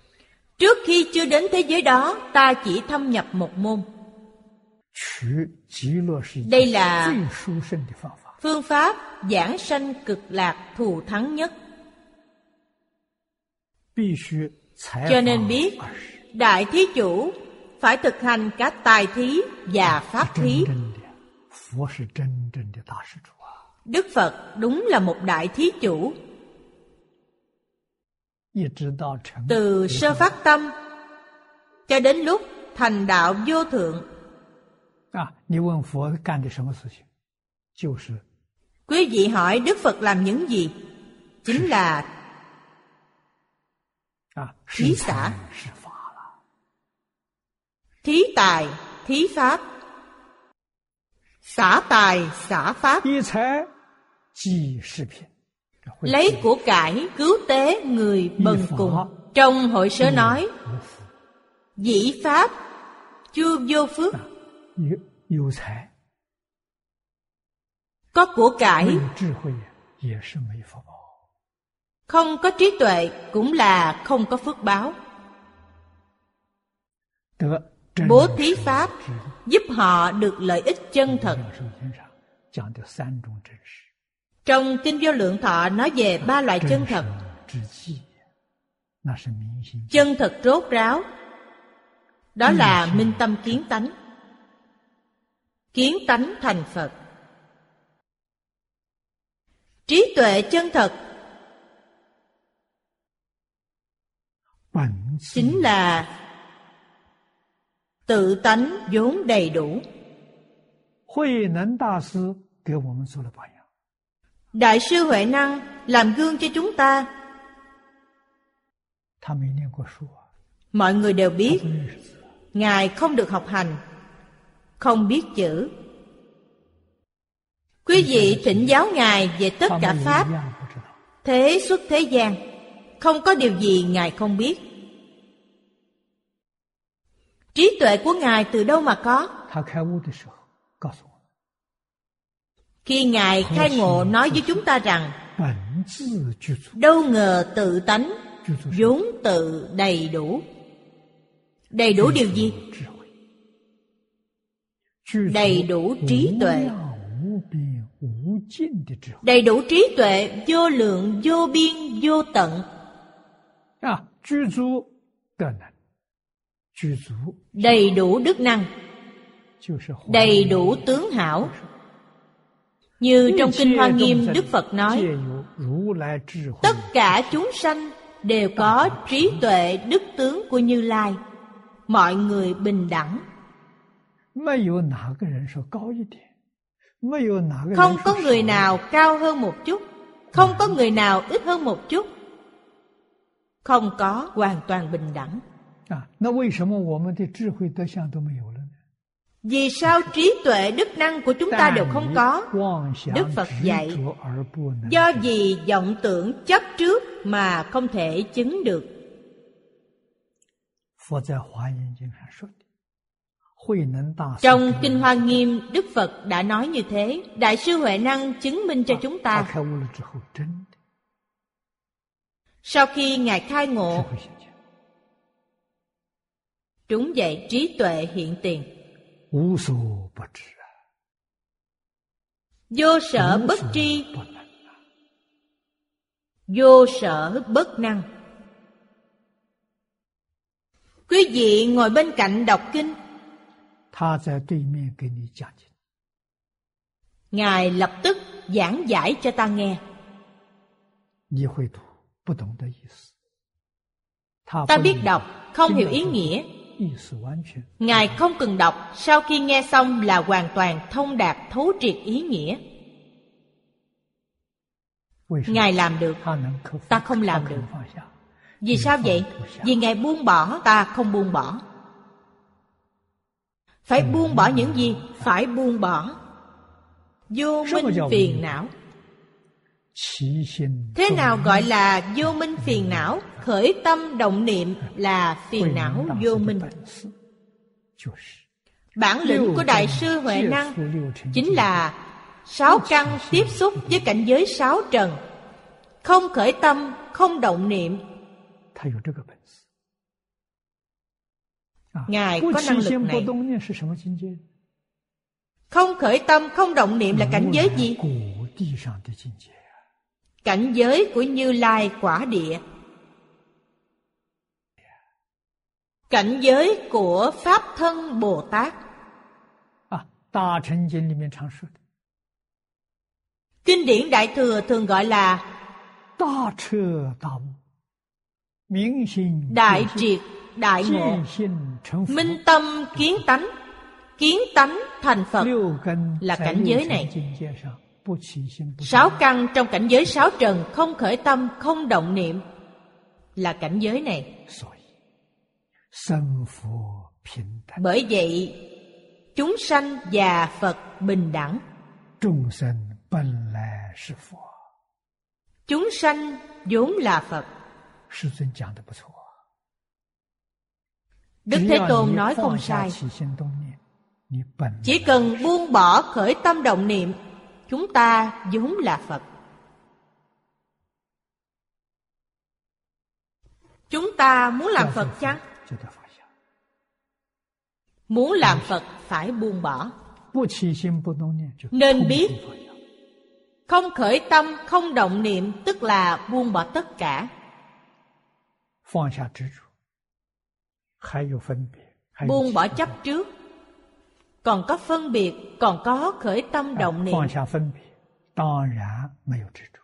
Speaker 2: Trước khi chưa đến thế giới đó Ta chỉ thâm nhập một môn
Speaker 3: 取极乐世界
Speaker 2: Đây là-
Speaker 3: 最殊胜的方法。
Speaker 2: Phương pháp giảng sanh cực lạc thù thắng nhất
Speaker 3: 必须才
Speaker 2: Cho nên biết
Speaker 3: 二十，
Speaker 2: Đại Thí Chủ phải thực hành cả tài thí và pháp
Speaker 3: 真
Speaker 2: thí
Speaker 3: 正的佛是真正的大施主啊！
Speaker 2: Đức Phật đúng là một Đại Thí Chủ
Speaker 3: 一直到成
Speaker 2: Từ sơ phát tâm Cho đến lúc thành đạo vô thượng
Speaker 3: 啊，你问佛干的什么事情？就是，
Speaker 2: Quý vị hỏi Đức Phật làm những gì? Chính là
Speaker 3: 啊，
Speaker 2: 提
Speaker 3: 是
Speaker 2: 洒
Speaker 3: 财是法了，
Speaker 2: thí tài, thí pháp Xả tài, xả pháp
Speaker 3: 一财即是品，这会
Speaker 2: Lấy
Speaker 3: 提
Speaker 2: của cải cứu tế người bần
Speaker 3: Phật.
Speaker 2: cùng Trong hội sớ nói
Speaker 3: 无福
Speaker 2: Dĩ pháp chưa vô phước
Speaker 3: 啊，有有财
Speaker 2: Có của cải
Speaker 3: 没有智慧也是没福报。
Speaker 2: Không có trí tuệ cũng là không có phước báo.
Speaker 3: 得真
Speaker 2: Bố
Speaker 3: 如
Speaker 2: thí
Speaker 3: 手
Speaker 2: pháp
Speaker 3: 之力
Speaker 2: giúp họ được lợi ích chân thật.
Speaker 3: 首先上讲的三种真实，
Speaker 2: Trong Kinh Vô Lượng Thọ nói về ba loại chân thật.
Speaker 3: 之计，那是明心。
Speaker 2: Chân thật rốt ráo. Đó là minh tâm kiến tánh. Kiến tánh thành Phật. Trí tuệ chân thật
Speaker 3: 本自
Speaker 2: chính là tự tánh vốn đầy đủ.
Speaker 3: 慧能大师给我们做了榜样，
Speaker 2: Đại sư Huệ Năng làm gương cho chúng ta.
Speaker 3: 他没念过书啊，
Speaker 2: Mọi người đều
Speaker 3: 他
Speaker 2: biết
Speaker 3: 不认识字啊，
Speaker 2: Ngài không được học hành Không biết chữ Quý vị thỉnh giáo Ngài về tất
Speaker 3: 他
Speaker 2: cả
Speaker 3: 们有
Speaker 2: Pháp
Speaker 3: 一样不知道。
Speaker 2: Thế xuất thế gian Không có điều gì Ngài không biết Trí tuệ của Ngài từ đâu mà có
Speaker 3: 他开悟的时候告诉我们，
Speaker 2: Khi Ngài khai ngộ nói với chúng ta rằng
Speaker 3: 本自具足，
Speaker 2: Đâu ngờ tự tánh
Speaker 3: 具足是
Speaker 2: vốn tự đầy đủ Đầy đủ điều gì?
Speaker 3: 智慧，具足
Speaker 2: đầy đủ trí tuệ
Speaker 3: 无量无边无尽的智慧
Speaker 2: Đầy đủ trí tuệ vô lượng vô biên vô tận
Speaker 3: 啊，具足的能，具足
Speaker 2: đầy đủ đức năng,
Speaker 3: 就是华
Speaker 2: đầy
Speaker 3: 严
Speaker 2: đủ tướng hảo. Như trong Kinh Hoa Nghiêm, Đức Phật nói,
Speaker 3: 借由如来智慧，
Speaker 2: tất cả chúng sanh đều có trí tuệ đức tướng của Như Lai. Mọi người bình đẳng,
Speaker 3: 没有哪个人说高一点，没有哪个人
Speaker 2: không
Speaker 3: 说
Speaker 2: có người
Speaker 3: 少
Speaker 2: nào cao hơn một chút, không có người nào ít hơn một chút. Không có hoàn toàn bình đẳng.
Speaker 3: 啊。那为什么我们的智慧德相都没有了呢？
Speaker 2: Vì sao trí tuệ đức năng của chúng ta đều không có?
Speaker 3: 但以妄想
Speaker 2: Đức Phật
Speaker 3: 执
Speaker 2: dạy,
Speaker 3: 着而不能
Speaker 2: Do vì vọng tưởng chấp trước mà không thể chứng được.
Speaker 3: 佛在华严经上说的，慧能大师
Speaker 2: Trong
Speaker 3: 给
Speaker 2: Kinh
Speaker 3: 我们
Speaker 2: Hoa Nghiêm, Đức Phật đã nói như thế. Đại sư Huệ Năng chứng minh cho chúng
Speaker 3: 他
Speaker 2: ta
Speaker 3: 开悟了之后，真的
Speaker 2: sau khi Ngài khai
Speaker 3: 智
Speaker 2: ngộ,
Speaker 3: 慧显现，
Speaker 2: đúng vậy trí tuệ hiện tiền.
Speaker 3: 无所不知啊，
Speaker 2: Vô sở
Speaker 3: 无
Speaker 2: bất
Speaker 3: 所
Speaker 2: tri,
Speaker 3: 不能啊，
Speaker 2: vô sở bất năng. Quý vị ngồi bên cạnh đọc kinh,
Speaker 3: 他在对面给你讲经，
Speaker 2: Ngài lập tức giảng giải cho ta nghe.
Speaker 3: 你会读不懂的意思，他
Speaker 2: Ta
Speaker 3: 不
Speaker 2: biết
Speaker 3: 明白
Speaker 2: đọc, không
Speaker 3: 经
Speaker 2: hiểu
Speaker 3: 的
Speaker 2: ý
Speaker 3: 时候
Speaker 2: nghĩa.
Speaker 3: 意思完全。
Speaker 2: Ngài không cần đọc, sau khi nghe xong là hoàn toàn thông đạt thấu triệt ý nghĩa.
Speaker 3: 为什么
Speaker 2: Ngài làm được.
Speaker 3: 他能克服？
Speaker 2: ta không làm
Speaker 3: không
Speaker 2: được.
Speaker 3: 放下，
Speaker 2: Vì sao vậy? Vì Ngài buông bỏ, ta không buông bỏ. Phải buông bỏ những gì? Phải buông bỏ. Vô minh phiền não.
Speaker 3: 其心
Speaker 2: Thế nào gọi là vô minh phiền não? Khởi tâm động niệm là phiền não vô minh.
Speaker 3: 本事就是。
Speaker 2: Bản lĩnh của Đại sư Huệ Năng chính là sáu căn tiếp xúc với cảnh giới sáu trần. Không khởi tâm, không động niệm,
Speaker 3: 他有这个本事。啊
Speaker 2: ，Ngài
Speaker 3: 不
Speaker 2: có
Speaker 3: 起
Speaker 2: năng lực
Speaker 3: 心不
Speaker 2: này.
Speaker 3: 动念是什么境界？
Speaker 2: không khởi tâm, không động niệm là cảnh giới gì?
Speaker 3: 古地上的境界啊，
Speaker 2: Cảnh giới của Như Lai quả địa Cảnh giới của Pháp thân Bồ Tát
Speaker 3: 啊，大乘经里面常说的
Speaker 2: Kinh điển Đại Thừa thường gọi là
Speaker 3: “大彻大悟，明心
Speaker 2: Đại
Speaker 3: 见性
Speaker 2: Triệt, Đại Ngộ
Speaker 3: 见性成佛”，
Speaker 2: Minh tâm kiến tánh Kiến tánh thành Phật
Speaker 3: 六根
Speaker 2: là
Speaker 3: 在
Speaker 2: cảnh
Speaker 3: 六
Speaker 2: giới
Speaker 3: 尘
Speaker 2: này.
Speaker 3: 境界上不起心不动
Speaker 2: Sáu căn trong cảnh giới sáu trần Không khởi tâm, không động niệm Là cảnh giới này
Speaker 3: 所以生佛平等，
Speaker 2: Bởi vậy Chúng sanh và Phật bình đẳng
Speaker 3: 众生本来是佛。
Speaker 2: Chúng sanh vốn là Phật
Speaker 3: 师尊讲的不错，
Speaker 2: Đức
Speaker 3: 只
Speaker 2: Thế
Speaker 3: 要
Speaker 2: Tôn
Speaker 3: 你
Speaker 2: nói
Speaker 3: 放
Speaker 2: không
Speaker 3: 下
Speaker 2: sai
Speaker 3: 起心动念，你本来
Speaker 2: Chỉ cần buông bỏ khởi tâm động niệm Chúng ta vốn là Phật Chúng ta muốn làm
Speaker 3: 要是
Speaker 2: Phật
Speaker 3: 佛
Speaker 2: chăng?
Speaker 3: 就得放下，
Speaker 2: Muốn làm Phật phải buông bỏ
Speaker 3: 不起心不动念就
Speaker 2: nên
Speaker 3: 空
Speaker 2: biết
Speaker 3: 性放下
Speaker 2: Không khởi tâm, không động niệm tức là buông bỏ tất cả,
Speaker 3: 放下执着，还有分别，还有
Speaker 2: buông bỏ
Speaker 3: 起
Speaker 2: chấp trước. Còn có phân biệt, còn có khởi tâm
Speaker 3: 啊
Speaker 2: động niệm,
Speaker 3: 放下分别，当然没有执着。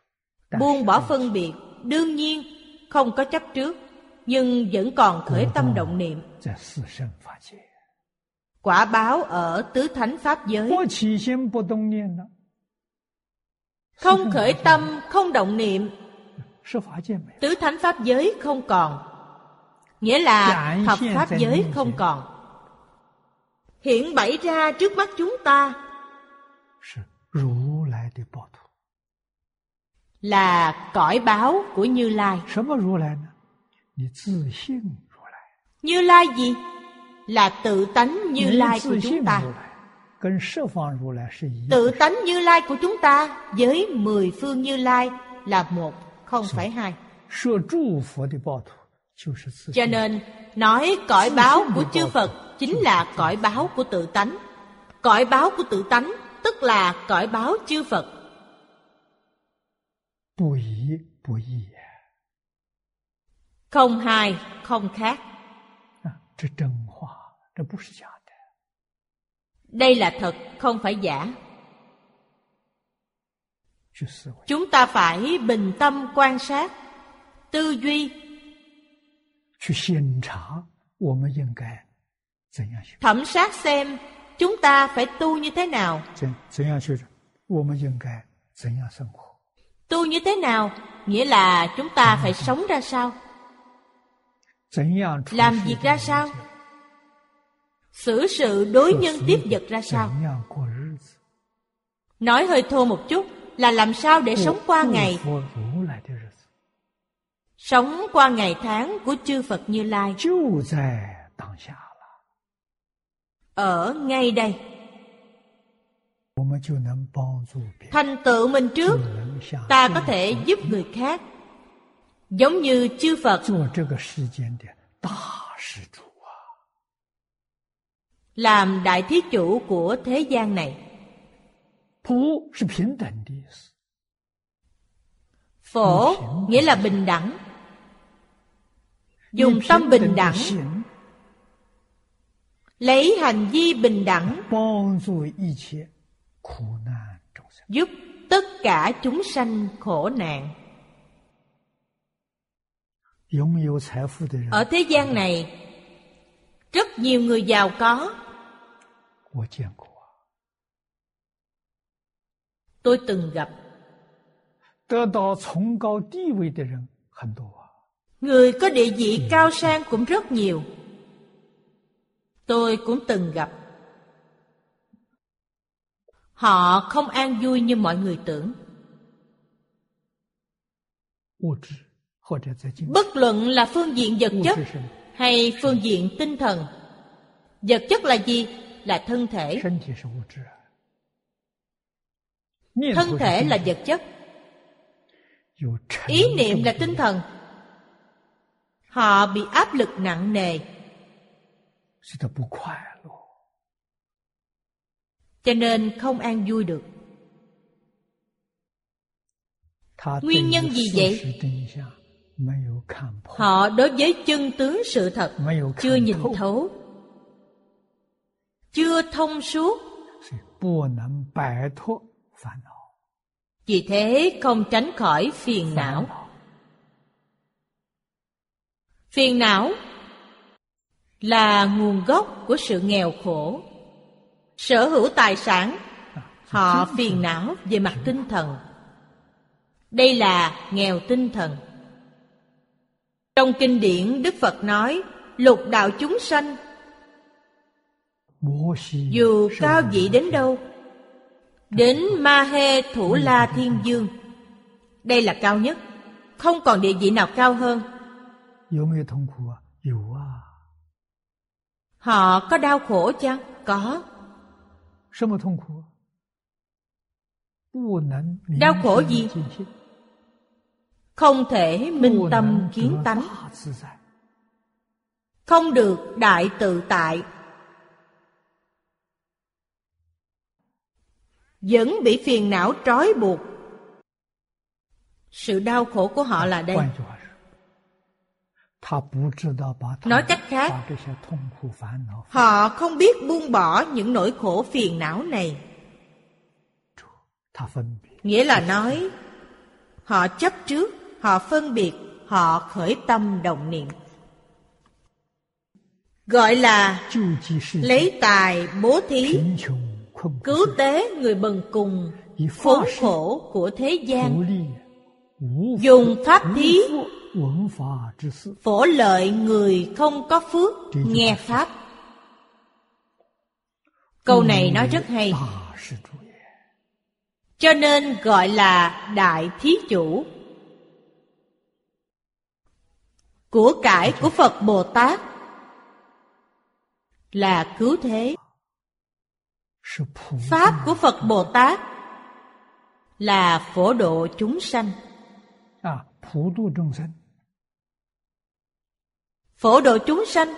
Speaker 3: 但是
Speaker 2: buông bỏ phân biệt, đương nhiên không có chấp trước, nhưng vẫn còn khởi tâm động niệm.
Speaker 3: 在四圣法界，
Speaker 2: Quả báo ở tứ thánh pháp giới,
Speaker 3: 不起心不动念呢，
Speaker 2: không khởi tâm, không động niệm,
Speaker 3: 是法界没有。
Speaker 2: tứ thánh pháp giới không còn. Nghĩa là
Speaker 3: Đại
Speaker 2: thập
Speaker 3: hiện
Speaker 2: pháp
Speaker 3: tại
Speaker 2: giới
Speaker 3: hiện
Speaker 2: không
Speaker 3: diện.
Speaker 2: còn. Hiện bày ra trước mắt chúng ta
Speaker 3: 是如来的报土。
Speaker 2: là cõi báo của Như Lai.
Speaker 3: 什么如来呢？你自信如来，
Speaker 2: Như Lai gì? Là tự tánh Như
Speaker 3: 你
Speaker 2: Lai của
Speaker 3: 自信
Speaker 2: chúng
Speaker 3: 如
Speaker 2: ta.
Speaker 3: 来跟十方如来是一样，
Speaker 2: Tự tánh Như Lai của chúng ta với mười phương Như Lai là một, không phải hai.
Speaker 3: 设诸佛的报土就是自信。
Speaker 2: Cho nên, nói cõi báo của chư Phật chính là cõi báo của tự tánh. Cõi báo của tự tánh tức là cõi báo chư Phật.
Speaker 3: 不疑不异也
Speaker 2: Không hai, không khác.
Speaker 3: 啊，这真话，这不是假的。
Speaker 2: Đây là thật, không phải giả.
Speaker 3: 去思维，
Speaker 2: Chúng ta phải bình tâm quan sát, tư duy,
Speaker 3: 去审查，我们应该怎样修？
Speaker 2: thẩm sát xem chúng ta phải tu như thế nào,
Speaker 3: 怎怎样修？我们应该怎样生活？
Speaker 2: tu như thế nào nghĩa là chúng ta phải sống ra sao,
Speaker 3: 怎样处
Speaker 2: làm
Speaker 3: 事
Speaker 2: việc
Speaker 3: 的
Speaker 2: ra
Speaker 3: 人
Speaker 2: sao,
Speaker 3: 生
Speaker 2: xử sự đối nhân
Speaker 3: xử
Speaker 2: tiếp
Speaker 3: sự
Speaker 2: vật ra sao.
Speaker 3: 怎样过日子？
Speaker 2: Nói hơi thô một chút là làm sao để
Speaker 3: 过
Speaker 2: sống qua
Speaker 3: 过
Speaker 2: ngày,
Speaker 3: 佛如来的日子
Speaker 2: sống qua ngày tháng của chư Phật Như Lai
Speaker 3: 就在当下了，
Speaker 2: ở ngay đây,
Speaker 3: 我们就能帮助别人，
Speaker 2: thành tựu mình trước,
Speaker 3: 就能下
Speaker 2: ta có thể giúp người khác. Giống như chư Phật
Speaker 3: 做这个世间的大施主啊！
Speaker 2: làm đại thí chủ của thế gian này,
Speaker 3: 普是平等的意思，
Speaker 2: phổ nghĩa là bình đẳng. Dùng tâm bình
Speaker 3: 的
Speaker 2: đẳng
Speaker 3: 行，
Speaker 2: Lấy hành vi bình đẳng
Speaker 3: 帮助一切苦难众生，
Speaker 2: giúp tất cả chúng sanh khổ nạn.
Speaker 3: 拥有财富的人，
Speaker 2: Ở thế gian này, rất nhiều người giàu có,
Speaker 3: 我见过啊，
Speaker 2: tôi từng gặp.
Speaker 3: 得到崇高地位的人很多啊，
Speaker 2: Người có địa vị cao sang cũng rất nhiều. Tôi cũng từng gặp. Họ không an vui như mọi người tưởng.
Speaker 3: 物质或者在经济
Speaker 2: Bất luận là phương diện vật
Speaker 3: 物
Speaker 2: chất
Speaker 3: 质身
Speaker 2: hay phương diện tinh thần. Vật chất là gì? Là thân thể.
Speaker 3: 身体是物质啊，念头
Speaker 2: Thân
Speaker 3: 是
Speaker 2: thể
Speaker 3: 精
Speaker 2: là
Speaker 3: 神
Speaker 2: vật chất,
Speaker 3: 有沉
Speaker 2: ý niệm
Speaker 3: 重
Speaker 2: là
Speaker 3: 的
Speaker 2: tinh thần. Họ bị áp lực nặng nề,
Speaker 3: 使他不快乐。
Speaker 2: cho nên không an vui được.
Speaker 3: 他对
Speaker 2: 原因
Speaker 3: 于
Speaker 2: gì
Speaker 3: 事
Speaker 2: vậy?
Speaker 3: 实真相没有看破，
Speaker 2: Họ đối với chân tướng sự thật
Speaker 3: 没有看
Speaker 2: chưa nhìn
Speaker 3: 透，
Speaker 2: thấu, chưa thông suốt,
Speaker 3: 所以不能摆脱烦恼。
Speaker 2: vì thế không tránh khỏi phiền
Speaker 3: 烦
Speaker 2: não.
Speaker 3: 恼
Speaker 2: Phiền não là nguồn gốc của sự nghèo khổ. Sở hữu tài sản, họ phiền não về mặt tinh thần. Đây là nghèo tinh thần. Trong kinh điển Đức Phật nói, lục đạo chúng sanh
Speaker 3: 摩西
Speaker 2: dù
Speaker 3: 是
Speaker 2: cao
Speaker 3: 无
Speaker 2: vị
Speaker 3: 名
Speaker 2: đến đâu, đến Ma He Thủ La Thiên Dương. Đây là cao nhất, không còn địa vị nào cao hơn.
Speaker 3: 有没有痛苦啊？有啊，
Speaker 2: Họ có đau khổ chăng? Có.
Speaker 3: 什么痛苦啊？不能明
Speaker 2: đau khổ
Speaker 3: 心
Speaker 2: gì?
Speaker 3: 见性
Speaker 2: Không thể minh
Speaker 3: 不
Speaker 2: tâm
Speaker 3: 能
Speaker 2: kiến
Speaker 3: 得
Speaker 2: tánh,
Speaker 3: 大自在，
Speaker 2: không được đại tự tại. Vẫn bị phiền não trói buộc, Sự đau khổ của họ là đây.
Speaker 3: 换句话说，他不知道把他
Speaker 2: Nói cách khác-
Speaker 3: 把这些痛苦烦恼
Speaker 2: Họ không biết buông bỏ những nỗi khổ phiền não này.
Speaker 3: 他分别，
Speaker 2: Nghĩa là nói, họ chấp trước, họ phân biệt, họ khởi tâm đồng niệm. Gọi là
Speaker 3: 救济世界
Speaker 2: lấy tài bố thí,
Speaker 3: 贫穷困苦世
Speaker 2: cứu tế người bần cùng,
Speaker 3: 以法
Speaker 2: khốn
Speaker 3: 身
Speaker 2: khổ của thế
Speaker 3: 福
Speaker 2: gian,
Speaker 3: 利无福
Speaker 2: dùng pháp thí
Speaker 3: 无福文法之事，
Speaker 2: phổ lợi người không có phước,
Speaker 3: Trí chúng
Speaker 2: nghe
Speaker 3: ta.
Speaker 2: pháp. Câu này nói rất hay.
Speaker 3: 大施主也。
Speaker 2: Cho nên gọi là Đại Thí Chủ Của cải của Phật Bồ Tát Là cứu thế
Speaker 3: 是普度
Speaker 2: Pháp của Phật Bồ Tát Là phổ độ chúng sanh
Speaker 3: 啊，普度众生，
Speaker 2: Phổ độ chúng sanh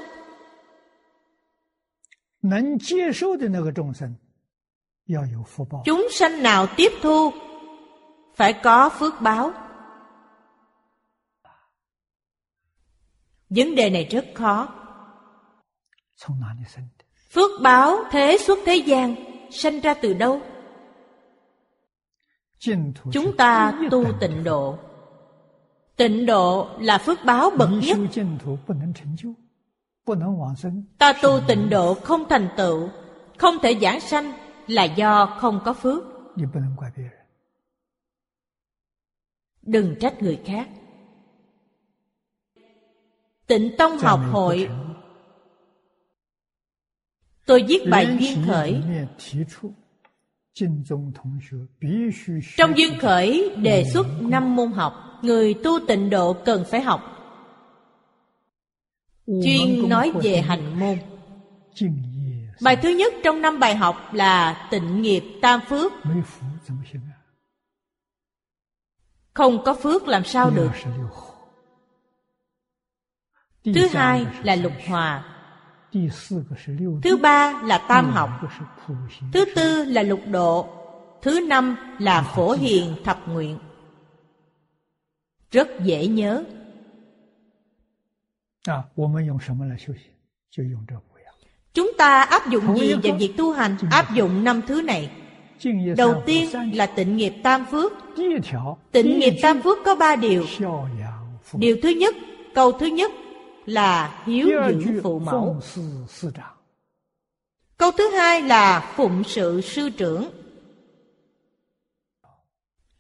Speaker 3: 能接受的那个众生要有福报，
Speaker 2: Chúng sanh nào tiếp thu Phải có phước báo Vấn đề này rất khó
Speaker 3: 从哪里生的？
Speaker 2: Phước báo thế xuất thế gian Sanh ra từ đâu
Speaker 3: 净土是
Speaker 2: chúng ta
Speaker 3: 第一
Speaker 2: tu
Speaker 3: 等的
Speaker 2: tịnh độ tịnh độ là phước báo bậc
Speaker 3: 离
Speaker 2: nhất
Speaker 3: 修净土不能成就，不能往生，
Speaker 2: ta tu tịnh độ không thành tựu không thể giảng sanh là do không có phước
Speaker 3: 也不能怪别人。
Speaker 2: đừng trách người khác tịnh tông
Speaker 3: 在
Speaker 2: học
Speaker 3: 美国
Speaker 2: hội
Speaker 3: 成
Speaker 2: tôi viết bài
Speaker 3: 联席
Speaker 2: duyên khởi
Speaker 3: 里面提出，净宗同学必须学
Speaker 2: trong duyên khởi đề xuất năm môn học người tu tịnh độ cần phải học
Speaker 3: 五门
Speaker 2: chuyên
Speaker 3: 功
Speaker 2: nói
Speaker 3: 课
Speaker 2: về
Speaker 3: 中
Speaker 2: hành môn
Speaker 3: 敬业三，
Speaker 2: bài thứ nhất trong năm bài học là tịnh nghiệp tam phước
Speaker 3: 没福怎么行啊？
Speaker 2: không có phước làm sao
Speaker 3: 第
Speaker 2: được
Speaker 3: 二十六火。
Speaker 2: thứ
Speaker 3: 第三
Speaker 2: hai
Speaker 3: 个是
Speaker 2: là
Speaker 3: 三
Speaker 2: lục
Speaker 3: 十
Speaker 2: hòa
Speaker 3: 第四个是六
Speaker 2: thứ
Speaker 3: 度
Speaker 2: ba là tam học
Speaker 3: 第五个是普贤，
Speaker 2: thứ tư là lục độ thứ năm là phổ hiền thập nguyện rất dễ nhớ
Speaker 3: 啊，我们用什么来修行？就用这五样。
Speaker 2: chúng ta áp dụng
Speaker 3: Không
Speaker 2: gì
Speaker 3: biết
Speaker 2: vào
Speaker 3: không?
Speaker 2: việc tu hành
Speaker 3: Chúng ta-
Speaker 2: áp dụng năm thứ này
Speaker 3: 敬业三
Speaker 2: đầu
Speaker 3: 福
Speaker 2: tiên
Speaker 3: 三
Speaker 2: là tịnh nghiệp tam phước
Speaker 3: 第一条，
Speaker 2: tịnh
Speaker 3: 第一
Speaker 2: nghiệp tam phước có ba điều
Speaker 3: 孝养父母，
Speaker 2: điều thứ nhất câu thứ nhất là hiếu
Speaker 3: 第二
Speaker 2: dưỡng
Speaker 3: 句
Speaker 2: phụ mẫu
Speaker 3: 奉事师长，
Speaker 2: câu thứ hai là phụng sự sư trưởng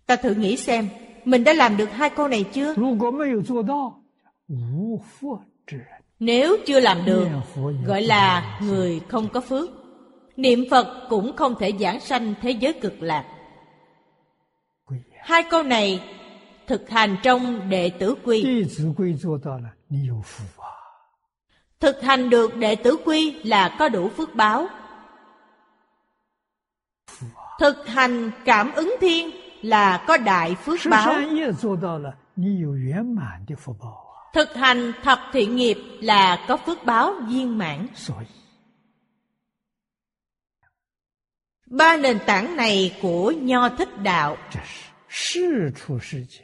Speaker 2: ta thử nghĩ xem mình đã làm được hai câu này chưa
Speaker 3: 如果没有做到，无福之人。
Speaker 2: Nếu chưa làm được
Speaker 3: Nghe Phật dạy
Speaker 2: Gọi
Speaker 3: cho
Speaker 2: là
Speaker 3: mình.
Speaker 2: người không có phước Niệm Phật cũng không thể giảng sanh thế giới cực lạc
Speaker 3: 贵也。
Speaker 2: Hai câu này Thực hành trong đệ tử quy
Speaker 3: 弟子规做到了，你有福啊！
Speaker 2: Thực hành được đệ tử quy là có đủ phước báo Thực hành cảm ứng thiên là có đại phước
Speaker 3: 十
Speaker 2: báo
Speaker 3: 善业做到了，你有圆满的福报啊！
Speaker 2: Thực hành thập thiện nghiệp là có phước báo viên mãn
Speaker 3: 所以
Speaker 2: Ba nền tảng này của Nho Thích Đạo
Speaker 3: 这是事出世间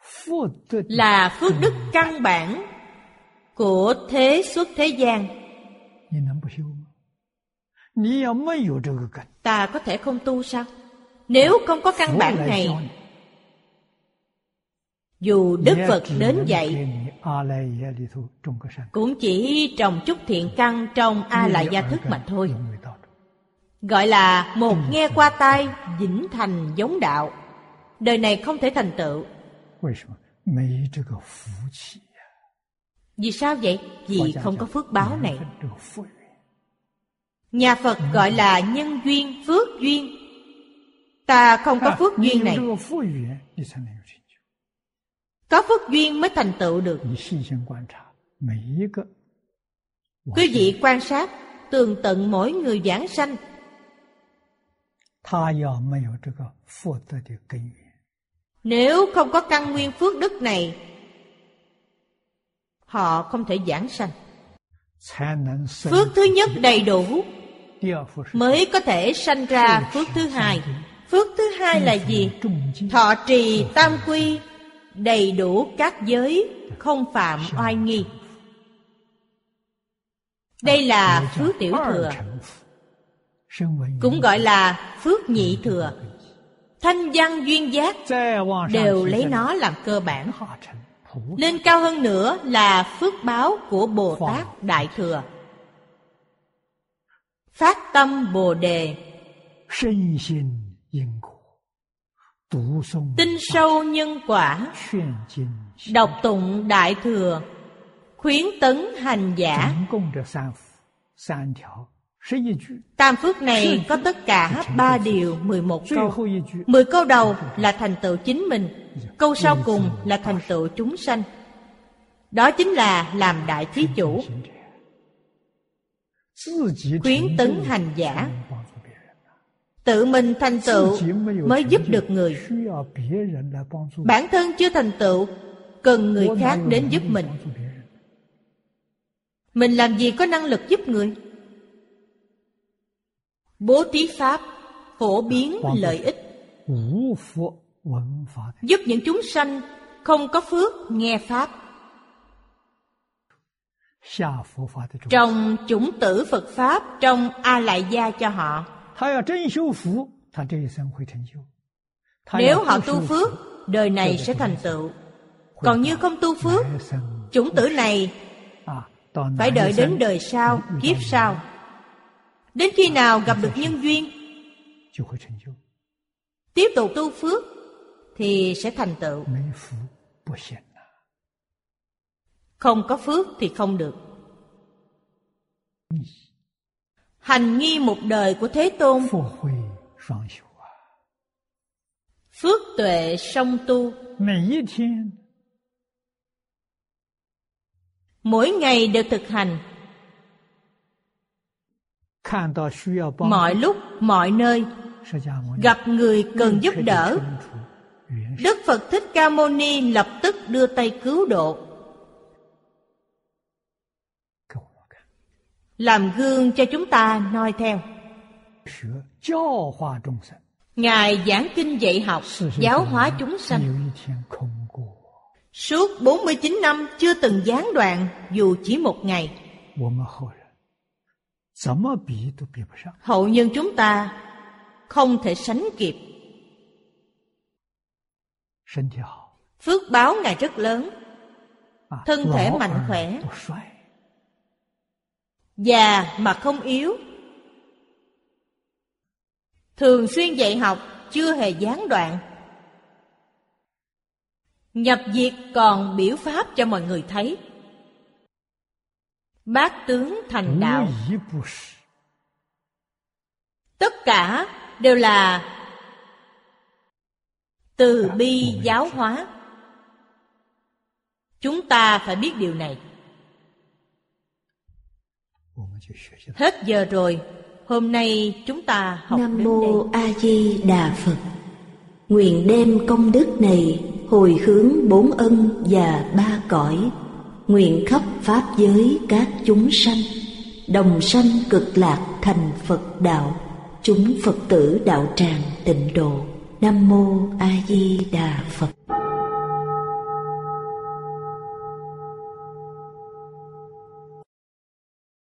Speaker 3: 福德的
Speaker 2: là phước đức căn bản của thế xuất thế gian
Speaker 3: 你能不修吗？你要没有这个根，
Speaker 2: ta có thể không tu sao nếu không có
Speaker 3: 我
Speaker 2: căn
Speaker 3: 来
Speaker 2: bản này
Speaker 3: 教你。
Speaker 2: dù đức
Speaker 3: Nhé,
Speaker 2: phật
Speaker 3: chỉ
Speaker 2: đến
Speaker 3: muốn
Speaker 2: dạy
Speaker 3: 给你阿赖耶里头种个善根，
Speaker 2: cũng chỉ trồng chút thiện căn trong a la gia thức mà thôi
Speaker 3: 因为道中
Speaker 2: gọi là một nghe qua tai vĩnh thành giống đạo đời này không thể thành tựu
Speaker 3: 为什么没这个福气？
Speaker 2: vì sao vậy
Speaker 3: 佛
Speaker 2: vì
Speaker 3: 家
Speaker 2: không
Speaker 3: 讲
Speaker 2: có phước báo
Speaker 3: 缘
Speaker 2: này
Speaker 3: 分这个福缘，
Speaker 2: nhà phật gọi là nhân duyên phước duyên ta không có
Speaker 3: 啊
Speaker 2: phước
Speaker 3: 你
Speaker 2: duyên
Speaker 3: 有
Speaker 2: này
Speaker 3: 这个福缘，你才能有成就。
Speaker 2: có phước duyên mới thành tựu được
Speaker 3: 你细心观察每一个往生，
Speaker 2: Quý vị quan sát tường tận mỗi người giảng sanh
Speaker 3: 他要没有这个福德的根源，
Speaker 2: Nếu không có căn nguyên phước đức này Họ không thể giảng sanh
Speaker 3: 才能生
Speaker 2: Phước thứ nhất đầy đủ
Speaker 3: 第二福是
Speaker 2: Mới có thể sanh ra phước thứ hai Phước thứ hai là gì? Thọ trì tam quy, đầy đủ các giới, không phạm oai nghi. Đây là phước tiểu thừa, cũng gọi là phước nhị thừa. Thanh văn duyên giác đều lấy nó làm cơ bản. Lên cao hơn nữa là phước báo của Bồ Tát Đại Thừa. Phát tâm Bồ Đề Tinh sâu nhân quả Đọc tụng Đại Thừa Khuyến tấn hành giả Tam phước này có tất cả ba điều 11 câu 10 câu đầu là thành tựu chính mình Câu sau cùng là thành tựu chúng sanh Đó chính là làm đại thí chủ Khuyến tấn hành giả tự mình thành tựu mới giúp được người bản thân chưa thành tựu cần người khác đến giúp mình mình làm gì có năng lực giúp người bố thí pháp phổ biến lợi ích giúp những chúng sanh không có phước nghe pháp trong chủng tử phật pháp trong a lại gia cho họ
Speaker 3: nếu
Speaker 2: họ tu phước, đời này sẽ thành tựu. Còn như không tu phước, chủng tử này phải đợi đến đời sau, kiếp sau. Đến khi nào gặp được nhân duyên, tiếp tục tu phước thì sẽ thành tựu. Không có phước thì không được. Hành nghi một đời của Thế Tôn
Speaker 3: 啊
Speaker 2: Phước tuệ song tu Mỗi ngày đều thực hành Mọi lúc, mọi nơi Gặp người cần giúp đỡ Đức Phật Thích Ca Mâu Ni lập tức đưa tay cứu độ làm gương cho chúng ta noi theo. Ngài giảng kinh dạy học, giáo hóa chúng sanh. Suốt 49 năm chưa từng gián đoạn dù chỉ một ngày. Hậu nhân chúng ta không thể sánh kịp. Phước báo Ngài rất lớn.
Speaker 3: 啊
Speaker 2: Thân thể mạnh khỏe, già mà không yếu thường xuyên dạy học chưa hề gián đoạn nhập diệt còn biểu pháp cho mọi người thấy bát tướng
Speaker 3: Ừ.
Speaker 2: thành đạo tất cả đều là từ bi giáo hóa chúng ta phải biết điều này Hết giờ rồi, hôm nay chúng ta học
Speaker 1: Nam Mô A Di Đà Phật. Nguyện đem công đức này hồi hướng bốn ân và ba cõi, nguyện khắp pháp giới các chúng sanh, đồng sanh cực lạc thành Phật đạo, chúng Phật tử đạo tràng tịnh độ. Nam Mô A Di Đà Phật.